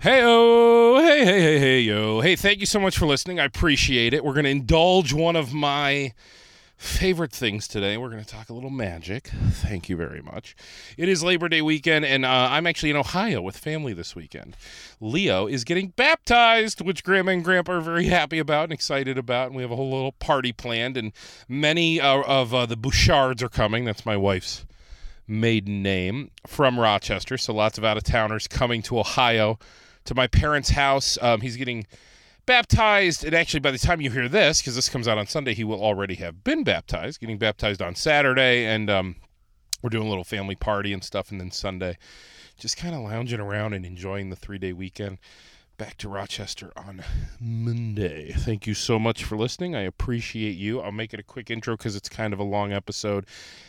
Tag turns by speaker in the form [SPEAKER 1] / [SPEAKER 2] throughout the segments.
[SPEAKER 1] Hey oh, hey hey hey hey yo. Hey, thank you so much for listening. I appreciate it. We're going to indulge one of my favorite things today. We're going to talk a little magic. Thank you very much. It is Labor Day weekend and uh, I'm actually in Ohio with family this weekend. Leo is getting baptized, which grandma and grandpa are very happy about and excited about and we have a whole little party planned and many uh, of uh, the Bouchards are coming. That's my wife's maiden name from Rochester. So lots of out of towners coming to Ohio to my parents' house. Um, he's getting baptized. And actually, by the time you hear this, because this comes out on Sunday, he will already have been baptized, getting baptized on Saturday. And um, we're doing a little family party and stuff. And then Sunday, just kind of lounging around and enjoying the three day weekend. Back to Rochester on Monday. Thank you so much for listening. I appreciate you. I'll make it a quick intro because it's kind of a long episode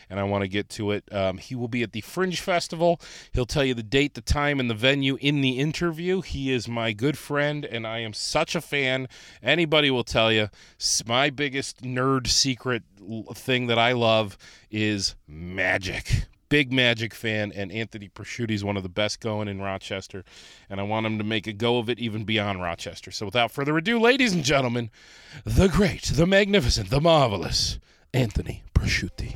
[SPEAKER 1] and I want to get to it. Um, he will be at the Fringe Festival. He'll tell you the date, the time, and the venue in the interview. He is my good friend, and I am such a fan. Anybody will tell you s- my biggest nerd secret l- thing that I love is magic. Big Magic fan, and Anthony Prosciutti is one of the best going in Rochester, and I want him to make a go of it even beyond Rochester. So, without further ado, ladies and gentlemen, the great, the magnificent, the marvelous Anthony Prosciutti.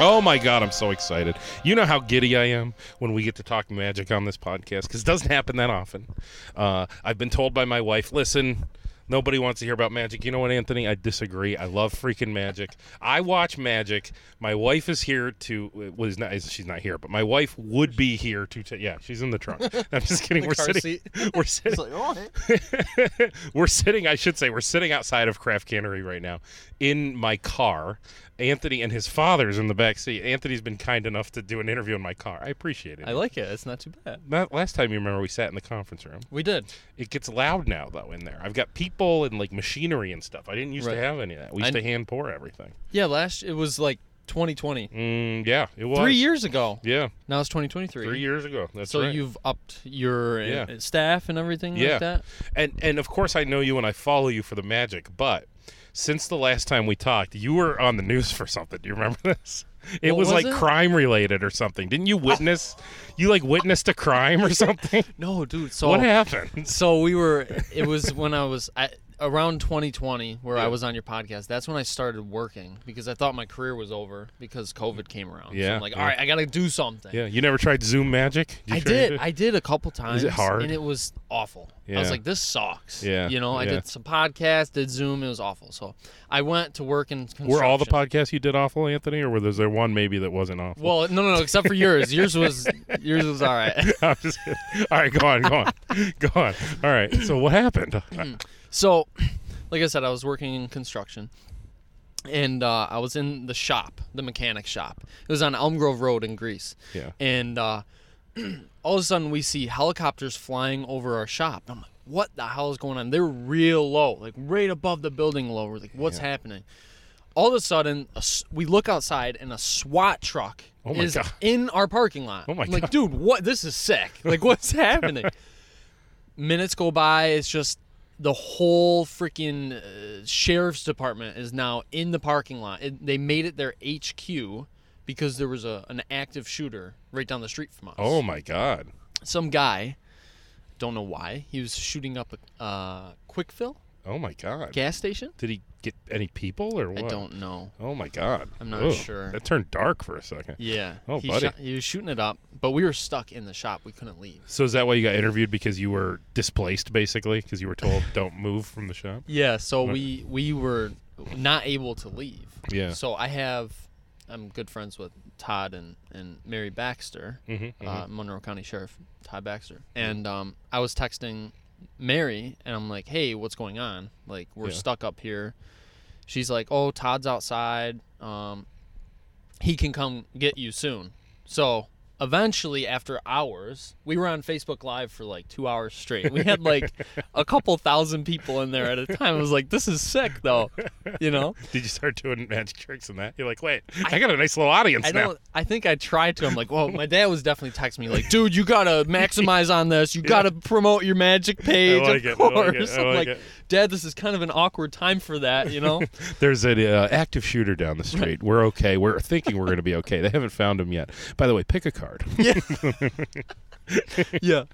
[SPEAKER 1] Oh my god, I'm so excited. You know how giddy I am when we get to talk magic on this podcast because it doesn't happen that often. Uh, I've been told by my wife, listen, nobody wants to hear about magic. You know what, Anthony? I disagree. I love freaking magic. I watch magic. My wife is here to was not she's not here, but my wife would be here to t- yeah, she's in the trunk. I'm just kidding. we're
[SPEAKER 2] car
[SPEAKER 1] sitting.
[SPEAKER 2] seat.
[SPEAKER 1] We're sitting.
[SPEAKER 2] It's like, oh, hey.
[SPEAKER 1] we're sitting i should say we're sitting outside of craft cannery right now in my car anthony and his father's in the back seat anthony's been kind enough to do an interview in my car i appreciate it
[SPEAKER 2] I like it. It's not too bad.
[SPEAKER 1] Not- last time you remember we sat in the conference room
[SPEAKER 2] We did.
[SPEAKER 1] it gets loud now though in there i've got people and like machinery and stuff i didn't used
[SPEAKER 2] Right.
[SPEAKER 1] to have any of that we used
[SPEAKER 2] I-
[SPEAKER 1] to hand pour everything
[SPEAKER 2] Yeah, last it was like 2020.
[SPEAKER 1] mm, yeah it was
[SPEAKER 2] Three years ago.
[SPEAKER 1] yeah
[SPEAKER 2] Now it's 2023.
[SPEAKER 1] three years ago that's
[SPEAKER 2] So
[SPEAKER 1] right
[SPEAKER 2] you've upped your uh,
[SPEAKER 1] Yeah.
[SPEAKER 2] staff and everything
[SPEAKER 1] Yeah.
[SPEAKER 2] like that.
[SPEAKER 1] and and of course I know you and I follow you for the magic, but since the last time we talked, you were on the news for something. Do you remember this? It
[SPEAKER 2] What
[SPEAKER 1] was,
[SPEAKER 2] was
[SPEAKER 1] like
[SPEAKER 2] it?
[SPEAKER 1] crime related or something. Didn't you witness you like witnessed a crime or something?
[SPEAKER 2] No, dude. So
[SPEAKER 1] What happened?
[SPEAKER 2] so we were. It was when I was I, around 2020 where I was on your podcast. That's when I started working because I thought my career was over because COVID came around. so
[SPEAKER 1] Yeah,
[SPEAKER 2] I'm like,
[SPEAKER 1] yeah.
[SPEAKER 2] all right, I gotta do something.
[SPEAKER 1] Yeah, you never tried Zoom magic? You
[SPEAKER 2] I
[SPEAKER 1] sure
[SPEAKER 2] did. I did a couple times.
[SPEAKER 1] hard?
[SPEAKER 2] And it was awful. I was
[SPEAKER 1] Yeah.
[SPEAKER 2] like, this sucks.
[SPEAKER 1] Yeah,
[SPEAKER 2] You know, I
[SPEAKER 1] yeah.
[SPEAKER 2] did some podcasts, did Zoom. It was awful. So I went to work in construction.
[SPEAKER 1] were all the podcasts you did awful, Anthony, or was there one maybe that wasn't awful?
[SPEAKER 2] Well, no, no, no. Except for yours. Yours was yours was all right.
[SPEAKER 1] I'm just kidding. all right, go on, go on, go on. All right, so what happened?
[SPEAKER 2] Mm. So, like I said, I was working in construction, and uh, I was in the shop, the mechanic shop. It was on Elm Grove Road in Greece.
[SPEAKER 1] Yeah.
[SPEAKER 2] And uh, all of a sudden, we see helicopters flying over our shop. I'm like, "What the hell is going on?" They're real low, like right above the building low. We're like, "What's happening?" All of a sudden, a s we look outside, and a SWAT truck
[SPEAKER 1] Oh my
[SPEAKER 2] is
[SPEAKER 1] God.
[SPEAKER 2] in our parking lot.
[SPEAKER 1] Oh my
[SPEAKER 2] I'm like,
[SPEAKER 1] God.
[SPEAKER 2] dude, what? This is sick. Like, what's happening? Minutes go by. It's just the whole freaking uh, sheriff's department is now in the parking lot. It, they made it their HQ because there was a, an active shooter right down the street from us.
[SPEAKER 1] Oh my God!
[SPEAKER 2] Some guy, don't know why, he was shooting up a uh, quick fill.
[SPEAKER 1] Oh my god.
[SPEAKER 2] Gas station?
[SPEAKER 1] Did he get any people or what?
[SPEAKER 2] I don't know.
[SPEAKER 1] Oh my god.
[SPEAKER 2] I'm not
[SPEAKER 1] Ugh,
[SPEAKER 2] sure.
[SPEAKER 1] That turned dark for a second.
[SPEAKER 2] Yeah.
[SPEAKER 1] Oh,
[SPEAKER 2] he,
[SPEAKER 1] buddy.
[SPEAKER 2] shot- he was shooting it up, but we were stuck in the shop. We couldn't leave.
[SPEAKER 1] So is that why you got interviewed because you were displaced basically because you were told don't move from the shop?
[SPEAKER 2] Yeah, so
[SPEAKER 1] What-
[SPEAKER 2] we we were not able to leave.
[SPEAKER 1] Yeah.
[SPEAKER 2] So I have I'm good friends with Todd and and Mary Baxter,
[SPEAKER 1] Mhm,
[SPEAKER 2] uh, Monroe County Sheriff Todd Baxter, and um, I was texting Mary and I'm like, hey, what's going on? Like we're
[SPEAKER 1] Yeah.
[SPEAKER 2] stuck up here. She's like, oh, Todd's outside. Um, he can come get you soon. So eventually, after hours, we were on Facebook Live for like two hours straight. We had like a couple thousand people in there at a time. I was like, this is sick, though. You know,
[SPEAKER 1] Did you start doing magic tricks and that? You're like, wait, I, got a nice little audience
[SPEAKER 2] I
[SPEAKER 1] now.
[SPEAKER 2] don't. I think I tried to. I'm like, well, my dad was definitely texting me like, dude, you gotta maximize on this. You gotta promote your magic page.
[SPEAKER 1] like
[SPEAKER 2] of
[SPEAKER 1] it, I like it,
[SPEAKER 2] course.
[SPEAKER 1] I
[SPEAKER 2] am
[SPEAKER 1] like
[SPEAKER 2] like,
[SPEAKER 1] it.
[SPEAKER 2] dad, this is kind of an awkward time for that. You know.
[SPEAKER 1] There's an uh, active shooter down the street. We're okay. We're thinking we're going to be okay. They haven't found him yet. By the way, pick a card.
[SPEAKER 2] yeah.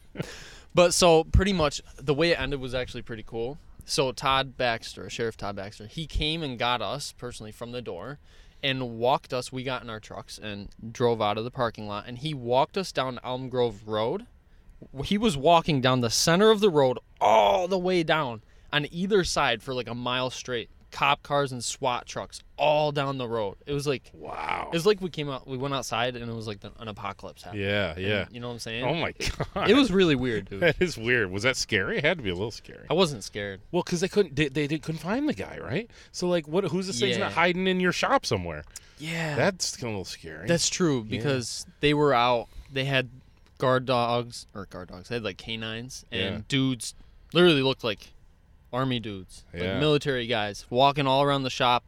[SPEAKER 2] But so pretty much the way it ended was actually pretty cool. So Todd Baxter, Sheriff Todd Baxter, he came and got us personally from the door and walked us. We got in our trucks and drove out of the parking lot and he walked us down Elm Grove Road. He was walking down the center of the road all the way down on either side for like a mile straight. Cop cars and SWAT trucks all down the road. It was like
[SPEAKER 1] Wow.
[SPEAKER 2] it was like we came out we went outside and it was like the, an apocalypse happened.
[SPEAKER 1] Yeah, yeah.
[SPEAKER 2] You know what I'm saying?
[SPEAKER 1] Oh my god.
[SPEAKER 2] It was really weird, dude.
[SPEAKER 1] That is weird. Was that scary? It had to be a little scary.
[SPEAKER 2] I wasn't scared.
[SPEAKER 1] Well, because they couldn't, they, they didn't- couldn't find the guy, right? So, like, what? Who's this thing's
[SPEAKER 2] Yeah.
[SPEAKER 1] not hiding in your shop somewhere?
[SPEAKER 2] Yeah,
[SPEAKER 1] That's a little scary.
[SPEAKER 2] that's true because they were out. They had guard dogs or guard dogs. They had like canines and
[SPEAKER 1] Yeah.
[SPEAKER 2] dudes. Literally looked like army dudes,
[SPEAKER 1] Yeah.
[SPEAKER 2] like military guys walking all around the shop.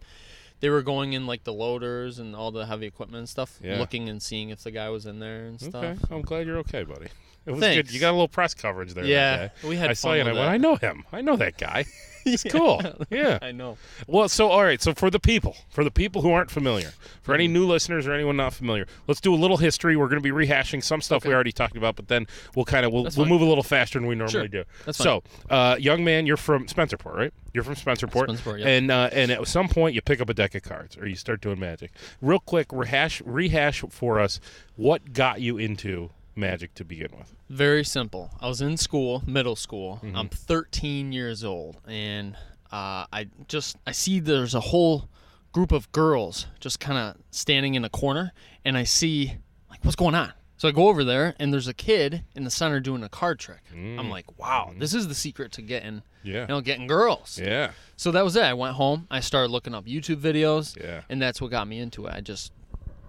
[SPEAKER 2] They were going in like the loaders and all the heavy equipment and stuff,
[SPEAKER 1] Yeah.
[SPEAKER 2] looking and seeing if the guy was in there and stuff.
[SPEAKER 1] okay. I'm glad you're okay, buddy. It was
[SPEAKER 2] Thanks.
[SPEAKER 1] good. You got a little press coverage there. that
[SPEAKER 2] Yeah,
[SPEAKER 1] day.
[SPEAKER 2] we had.
[SPEAKER 1] I saw
[SPEAKER 2] fun
[SPEAKER 1] you and I
[SPEAKER 2] with
[SPEAKER 1] went, I know him. I know that guy. It's cool. Yeah.
[SPEAKER 2] that. I know.
[SPEAKER 1] Well, so all right. So for the people, for the people who aren't familiar, for any new listeners or anyone not familiar, let's do a little history. We're going to be rehashing some stuff we already talked about, but then we'll kind of we'll, we'll
[SPEAKER 2] fine.
[SPEAKER 1] move a little faster than we normally
[SPEAKER 2] Sure.
[SPEAKER 1] do.
[SPEAKER 2] That's
[SPEAKER 1] so, uh, young man, you're from Spencerport, right? You're from Spencerport,
[SPEAKER 2] Spencerport, yeah.
[SPEAKER 1] and uh, and at some point you pick up a deck of cards or you start doing magic. Real quick, rehash rehash for us what got you into magic to begin with.
[SPEAKER 2] Very simple. I was in school, middle school. I'm 13 years old, and uh, I just I see there's a whole group of girls just kind of standing in a corner, and I see like what's going on. So I go over there, and there's a kid in the center doing a card trick. I'm like, wow, this is the secret to getting
[SPEAKER 1] Yeah.
[SPEAKER 2] you know getting girls.
[SPEAKER 1] Yeah.
[SPEAKER 2] So that was it. I went home. I started looking up YouTube videos.
[SPEAKER 1] Yeah.
[SPEAKER 2] And that's what got me into it. I just,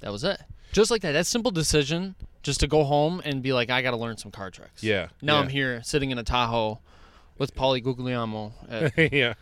[SPEAKER 2] that was it. Just like that. That simple decision, just to go home and be like, I got to learn some card tricks.
[SPEAKER 1] Yeah,
[SPEAKER 2] Now
[SPEAKER 1] yeah.
[SPEAKER 2] I'm here sitting in a Tahoe with Pauly Guglielmo. at-
[SPEAKER 1] yeah.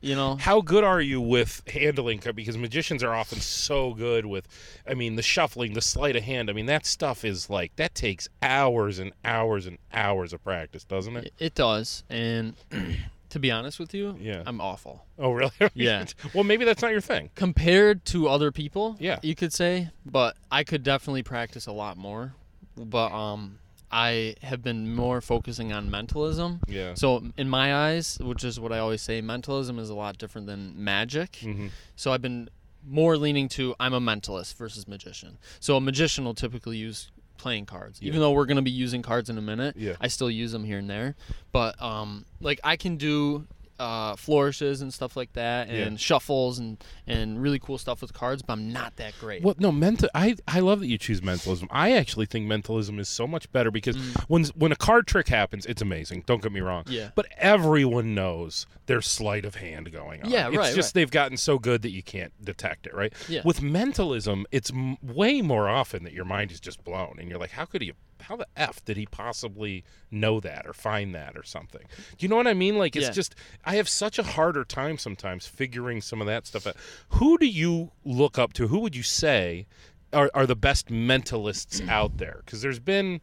[SPEAKER 2] you know?
[SPEAKER 1] How good are you with handling? co- Because magicians are often so good with, I mean, the shuffling, the sleight of hand. I mean, that stuff is like that takes hours and hours and hours of practice, doesn't it?
[SPEAKER 2] It does. And to be honest with you,
[SPEAKER 1] Yeah.
[SPEAKER 2] I'm awful.
[SPEAKER 1] Oh, really?
[SPEAKER 2] Yeah.
[SPEAKER 1] well, maybe that's not your thing.
[SPEAKER 2] Compared to other people,
[SPEAKER 1] Yeah.
[SPEAKER 2] you could say, but I could definitely practice a lot more. But um, I have been more focusing on mentalism.
[SPEAKER 1] Yeah.
[SPEAKER 2] So in my eyes, which is what I always say, mentalism is a lot different than magic.
[SPEAKER 1] Mm-hmm.
[SPEAKER 2] So I've been more leaning to I'm a mentalist versus magician. So a magician will typically use playing cards. Even though we're going to be using cards in a minute,
[SPEAKER 1] Yeah.
[SPEAKER 2] I still use them here and there. But um like I can do uh, flourishes and stuff like that, and shuffles and and really cool stuff with cards, but I'm not that great.
[SPEAKER 1] Well, no, mental. I I love that you choose mentalism. I actually think mentalism is so much better because when when a card trick happens, it's amazing. Don't get me wrong.
[SPEAKER 2] Yeah.
[SPEAKER 1] But everyone knows there's sleight of hand going on.
[SPEAKER 2] Yeah,
[SPEAKER 1] It's
[SPEAKER 2] right,
[SPEAKER 1] just
[SPEAKER 2] right.
[SPEAKER 1] they've gotten so good that you can't detect it. Right.
[SPEAKER 2] Yeah.
[SPEAKER 1] With mentalism, it's m- way more often that your mind is just blown, and you're like, how could he? How the f did he possibly know that or find that or something? Do you know what I mean? Like it's
[SPEAKER 2] Yeah.
[SPEAKER 1] just just I have such a harder time sometimes figuring some of that stuff out. Who do you look up to? Who would you say are, are the best mentalists out there? Because there's been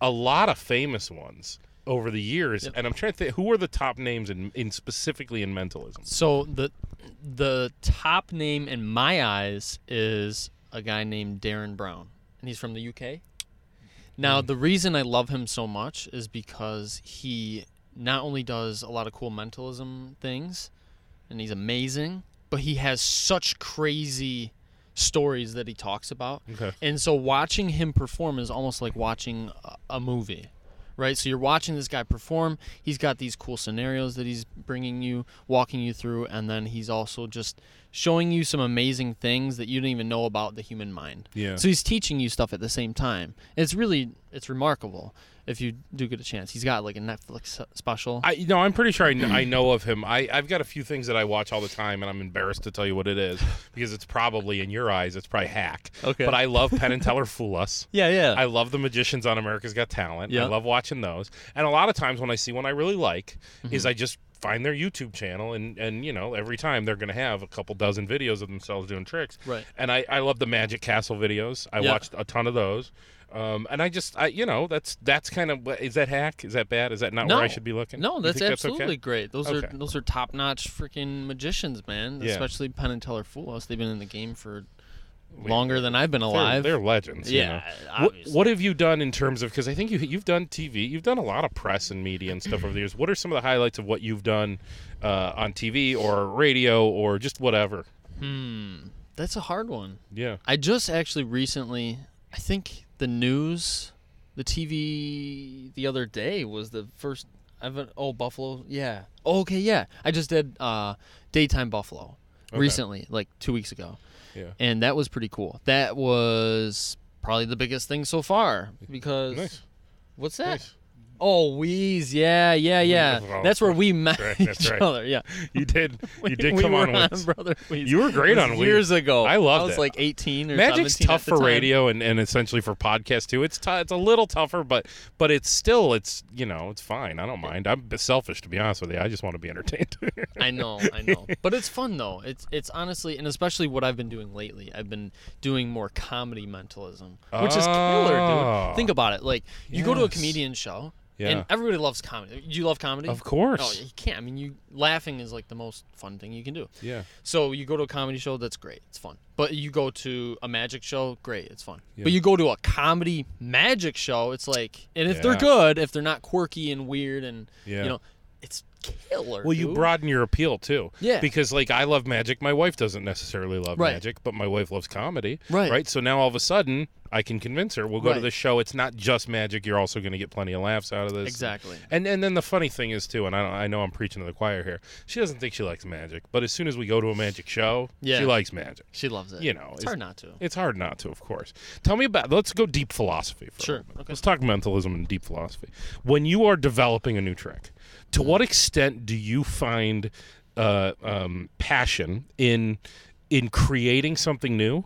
[SPEAKER 1] a lot of famous ones over the years, and I'm trying to think who are the top names in, in specifically in mentalism.
[SPEAKER 2] So the the top name in my eyes is a guy named Darren Brown, and he's
[SPEAKER 1] Mm.
[SPEAKER 2] from the UK. Now the reason I love him so much is because he not only does a lot of cool mentalism things, and he's amazing, but he has such crazy stories that he talks about.
[SPEAKER 1] Okay.
[SPEAKER 2] And so watching him perform is almost like watching a- a movie, right? So you're watching this guy perform. He's got these cool scenarios that he's bringing you, walking you through, and then he's also just showing you some amazing things that you didn't even know about the human mind.
[SPEAKER 1] Yeah.
[SPEAKER 2] So he's teaching you stuff at the same time. It's really it's remarkable if you do get a chance. He's got like a Netflix s- special.
[SPEAKER 1] I no, I'm pretty sure I, kn- I know of him. I I've got a few things that I watch all the time, and I'm embarrassed to tell you what it is because it's probably in your eyes, it's probably hack.
[SPEAKER 2] Okay.
[SPEAKER 1] But I love Penn and Teller Fool Us.
[SPEAKER 2] yeah, yeah.
[SPEAKER 1] I love the magicians on America's Got Talent.
[SPEAKER 2] Yeah.
[SPEAKER 1] I love watching those. And a lot of times when I see one I really like
[SPEAKER 2] Mm-hmm.
[SPEAKER 1] is I just find their YouTube channel and and you know every time they're going to have a couple dozen videos of themselves doing tricks.
[SPEAKER 2] Right.
[SPEAKER 1] And I I love the Magic Castle videos. I
[SPEAKER 2] Yeah.
[SPEAKER 1] watched a ton of those. Um, and I just, I you know, that's that's kind of is that hack? Is that bad? Is that not where I should be looking?
[SPEAKER 2] No,
[SPEAKER 1] You
[SPEAKER 2] that's
[SPEAKER 1] think okay?
[SPEAKER 2] absolutely great. Those
[SPEAKER 1] Okay.
[SPEAKER 2] are those are top notch freaking magicians, man.
[SPEAKER 1] Yeah.
[SPEAKER 2] Especially Penn and Teller Fool Us. They've been in the game for longer than I've been
[SPEAKER 1] They're-
[SPEAKER 2] alive.
[SPEAKER 1] They're, legends. you know.
[SPEAKER 2] yeah,
[SPEAKER 1] What,
[SPEAKER 2] obviously.
[SPEAKER 1] what have you done in terms of because I think you you've done TV, you've done a lot of press and media and stuff over the years. What are some of the highlights of what you've done uh, on TV or radio or just whatever?
[SPEAKER 2] That's a hard one.
[SPEAKER 1] Yeah.
[SPEAKER 2] I just actually recently, I think the news, the TV the other day was the first. I've oh Buffalo, yeah. Oh, okay, yeah. I just did uh, daytime Buffalo recently, like two weeks ago.
[SPEAKER 1] Yeah.
[SPEAKER 2] and that was pretty cool. That was probably the biggest thing so far because
[SPEAKER 1] Nice.
[SPEAKER 2] what's that?
[SPEAKER 1] Nice.
[SPEAKER 2] Oh, Wheeze, yeah, yeah, yeah.
[SPEAKER 1] Well,
[SPEAKER 2] That's where we met
[SPEAKER 1] right, that's
[SPEAKER 2] each
[SPEAKER 1] right.
[SPEAKER 2] other. Yeah,
[SPEAKER 1] You did. You did
[SPEAKER 2] we
[SPEAKER 1] come
[SPEAKER 2] were
[SPEAKER 1] on with.
[SPEAKER 2] Brother Wheeze.
[SPEAKER 1] You were great
[SPEAKER 2] It was
[SPEAKER 1] on Wheeze.
[SPEAKER 2] years ago.
[SPEAKER 1] I loved
[SPEAKER 2] I was
[SPEAKER 1] it.
[SPEAKER 2] like 18 or
[SPEAKER 1] Magic's
[SPEAKER 2] 17 at
[SPEAKER 1] tough
[SPEAKER 2] the
[SPEAKER 1] for
[SPEAKER 2] time.
[SPEAKER 1] radio and, and essentially for podcast too. It's t- it's a little tougher, but but it's still it's you know it's fine. I don't mind. I'm selfish to be honest with you. I just want to be entertained.
[SPEAKER 2] I know, I know. But it's fun though. It's it's honestly and especially what I've been doing lately. I've been doing more comedy mentalism, which is killer,
[SPEAKER 1] Oh.
[SPEAKER 2] dude. Think about it. Like you go to a
[SPEAKER 1] Yes.
[SPEAKER 2] comedian show
[SPEAKER 1] Yeah.
[SPEAKER 2] and everybody loves comedy. Do you love comedy?
[SPEAKER 1] of course.
[SPEAKER 2] No, you can't. I mean, you laughing is like the most fun thing you can do.
[SPEAKER 1] yeah.
[SPEAKER 2] So you go to a comedy show, that's great, it's fun. But you go to a magic show, great, it's fun.
[SPEAKER 1] Yeah.
[SPEAKER 2] But you go to a comedy magic show, it's like, and if
[SPEAKER 1] Yeah.
[SPEAKER 2] they're good, if they're not quirky and weird, and
[SPEAKER 1] Yeah.
[SPEAKER 2] you know, it's killer.
[SPEAKER 1] Well, you
[SPEAKER 2] dude.
[SPEAKER 1] broaden your appeal too.
[SPEAKER 2] Yeah.
[SPEAKER 1] Because like I love magic, my wife doesn't necessarily love
[SPEAKER 2] Right.
[SPEAKER 1] magic, but my wife loves comedy.
[SPEAKER 2] Right.
[SPEAKER 1] Right. So now all of a sudden I can convince her. We'll go to
[SPEAKER 2] Right.
[SPEAKER 1] the show. It's not just magic. You're also going to get plenty of laughs out of this.
[SPEAKER 2] exactly.
[SPEAKER 1] And and then the funny thing is too, and I, I know I'm preaching to the choir here. She doesn't think she likes magic, but as soon as we go to a magic show,
[SPEAKER 2] Yeah.
[SPEAKER 1] she likes magic.
[SPEAKER 2] She loves it.
[SPEAKER 1] You know,
[SPEAKER 2] it's hard not to.
[SPEAKER 1] It's hard not to, of course. Tell me about. Let's go deep philosophy. For
[SPEAKER 2] Sure,
[SPEAKER 1] A moment.
[SPEAKER 2] okay.
[SPEAKER 1] Let's talk mentalism and deep philosophy. When you are developing a new trick, to what extent do you find uh, um, passion in in creating something new?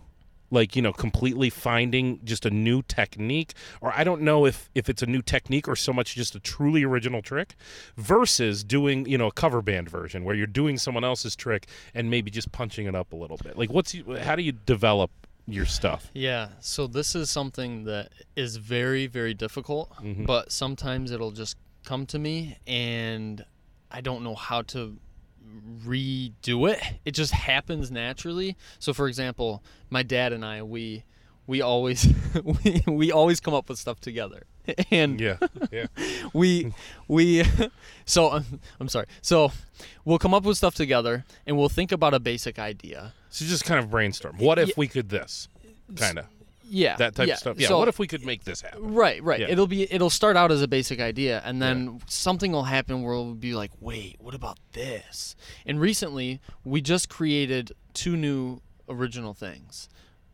[SPEAKER 1] Like you know, completely finding just a new technique, or I don't know if if it's a new technique or so much just a truly original trick, versus doing you know a cover band version where you're doing someone else's trick and maybe just punching it up a little bit. Like, what's how do you develop your stuff?
[SPEAKER 2] Yeah, so this is something that is very, very difficult,
[SPEAKER 1] Mm-hmm.
[SPEAKER 2] but sometimes it'll just come to me and I don't know how to redo it. It just happens naturally. So for example, my dad and I we we always we, we always come up with stuff together. And
[SPEAKER 1] Yeah, yeah.
[SPEAKER 2] we we so um, I'm sorry. So we'll come up with stuff together and we'll think about a basic idea.
[SPEAKER 1] So just kind of brainstorm. What if we could this? Kind of
[SPEAKER 2] Yeah.
[SPEAKER 1] that type
[SPEAKER 2] yeah.
[SPEAKER 1] of stuff. Yeah.
[SPEAKER 2] So-
[SPEAKER 1] what if we could make this happen?
[SPEAKER 2] Right, right.
[SPEAKER 1] Yeah.
[SPEAKER 2] It'll be it'll start out as a basic idea, and then something will happen where we'll be like, "Wait, what about this?" And recently, we just created two new original things,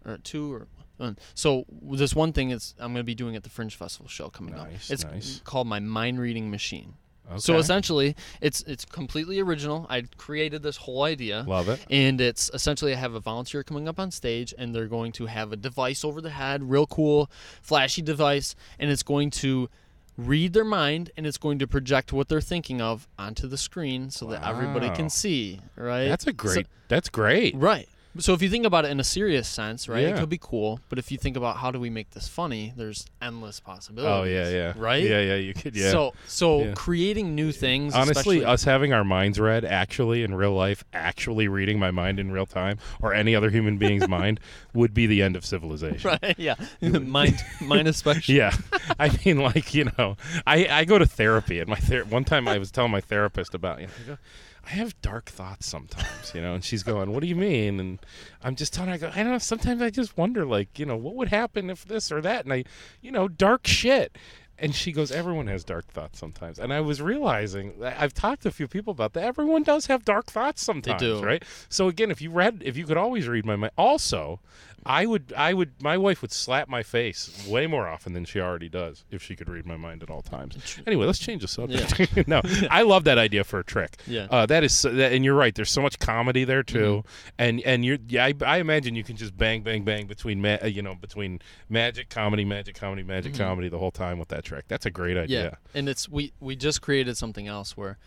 [SPEAKER 2] or two or. one. So this one thing is I'm going to be doing at the Fringe Festival show coming
[SPEAKER 1] Nice,
[SPEAKER 2] up. It's
[SPEAKER 1] nice.
[SPEAKER 2] called my mind reading machine. So
[SPEAKER 1] Okay.
[SPEAKER 2] essentially, it's it's completely original. I created this whole idea.
[SPEAKER 1] Love it.
[SPEAKER 2] And it's essentially I have a volunteer coming up on stage and they're going to have a device over the head, real cool, flashy device, and it's going to read their mind and it's going to project what they're thinking of onto the screen so that everybody
[SPEAKER 1] Wow.
[SPEAKER 2] can see, right?
[SPEAKER 1] That's a
[SPEAKER 2] So-
[SPEAKER 1] great. that's great.
[SPEAKER 2] right. So if you think about it in a serious sense, right?
[SPEAKER 1] Yeah.
[SPEAKER 2] It could be cool, but if you think about how do we make this funny, there's endless possibilities.
[SPEAKER 1] Oh yeah, yeah.
[SPEAKER 2] Right?
[SPEAKER 1] Yeah, yeah. You could. Yeah.
[SPEAKER 2] So so
[SPEAKER 1] Yeah.
[SPEAKER 2] creating new things.
[SPEAKER 1] Honestly,
[SPEAKER 2] especially-
[SPEAKER 1] us having our minds read actually in real life, actually reading my mind in real time, or any other human being's mind, would be the end of civilization.
[SPEAKER 2] right? Yeah, mine mine especially.
[SPEAKER 1] Yeah, I mean, like you know, I, I go to therapy, and my ther- one time I was telling my therapist about you know, I, go, I have dark thoughts sometimes, you know, and she's going, "What do you mean?" And I'm just telling her, I go, "I don't know. Sometimes I just wonder, like, you know, what would happen if this or that?" And I, you know, dark shit. And she goes, "Everyone has dark thoughts sometimes." And I was realizing I- I've talked to a few people about that. Everyone does have dark thoughts sometimes,
[SPEAKER 2] do.
[SPEAKER 1] right? So again, if you read, if you could always read my mind. Also, I would, I would, my wife would slap my face way more often than she already does if she could read my mind at all times. Anyway, let's change the subject. no, I love that idea for a trick.
[SPEAKER 2] Yeah.
[SPEAKER 1] uh, that is, so, that, and you're right. There's so much comedy there too, and and you're, yeah, I, I imagine you can just bang, bang, bang between, ma- uh, you know, between magic comedy, magic comedy, magic comedy the whole time with that trick. That's a great
[SPEAKER 2] yeah.
[SPEAKER 1] idea.
[SPEAKER 2] And it's we we just created something else where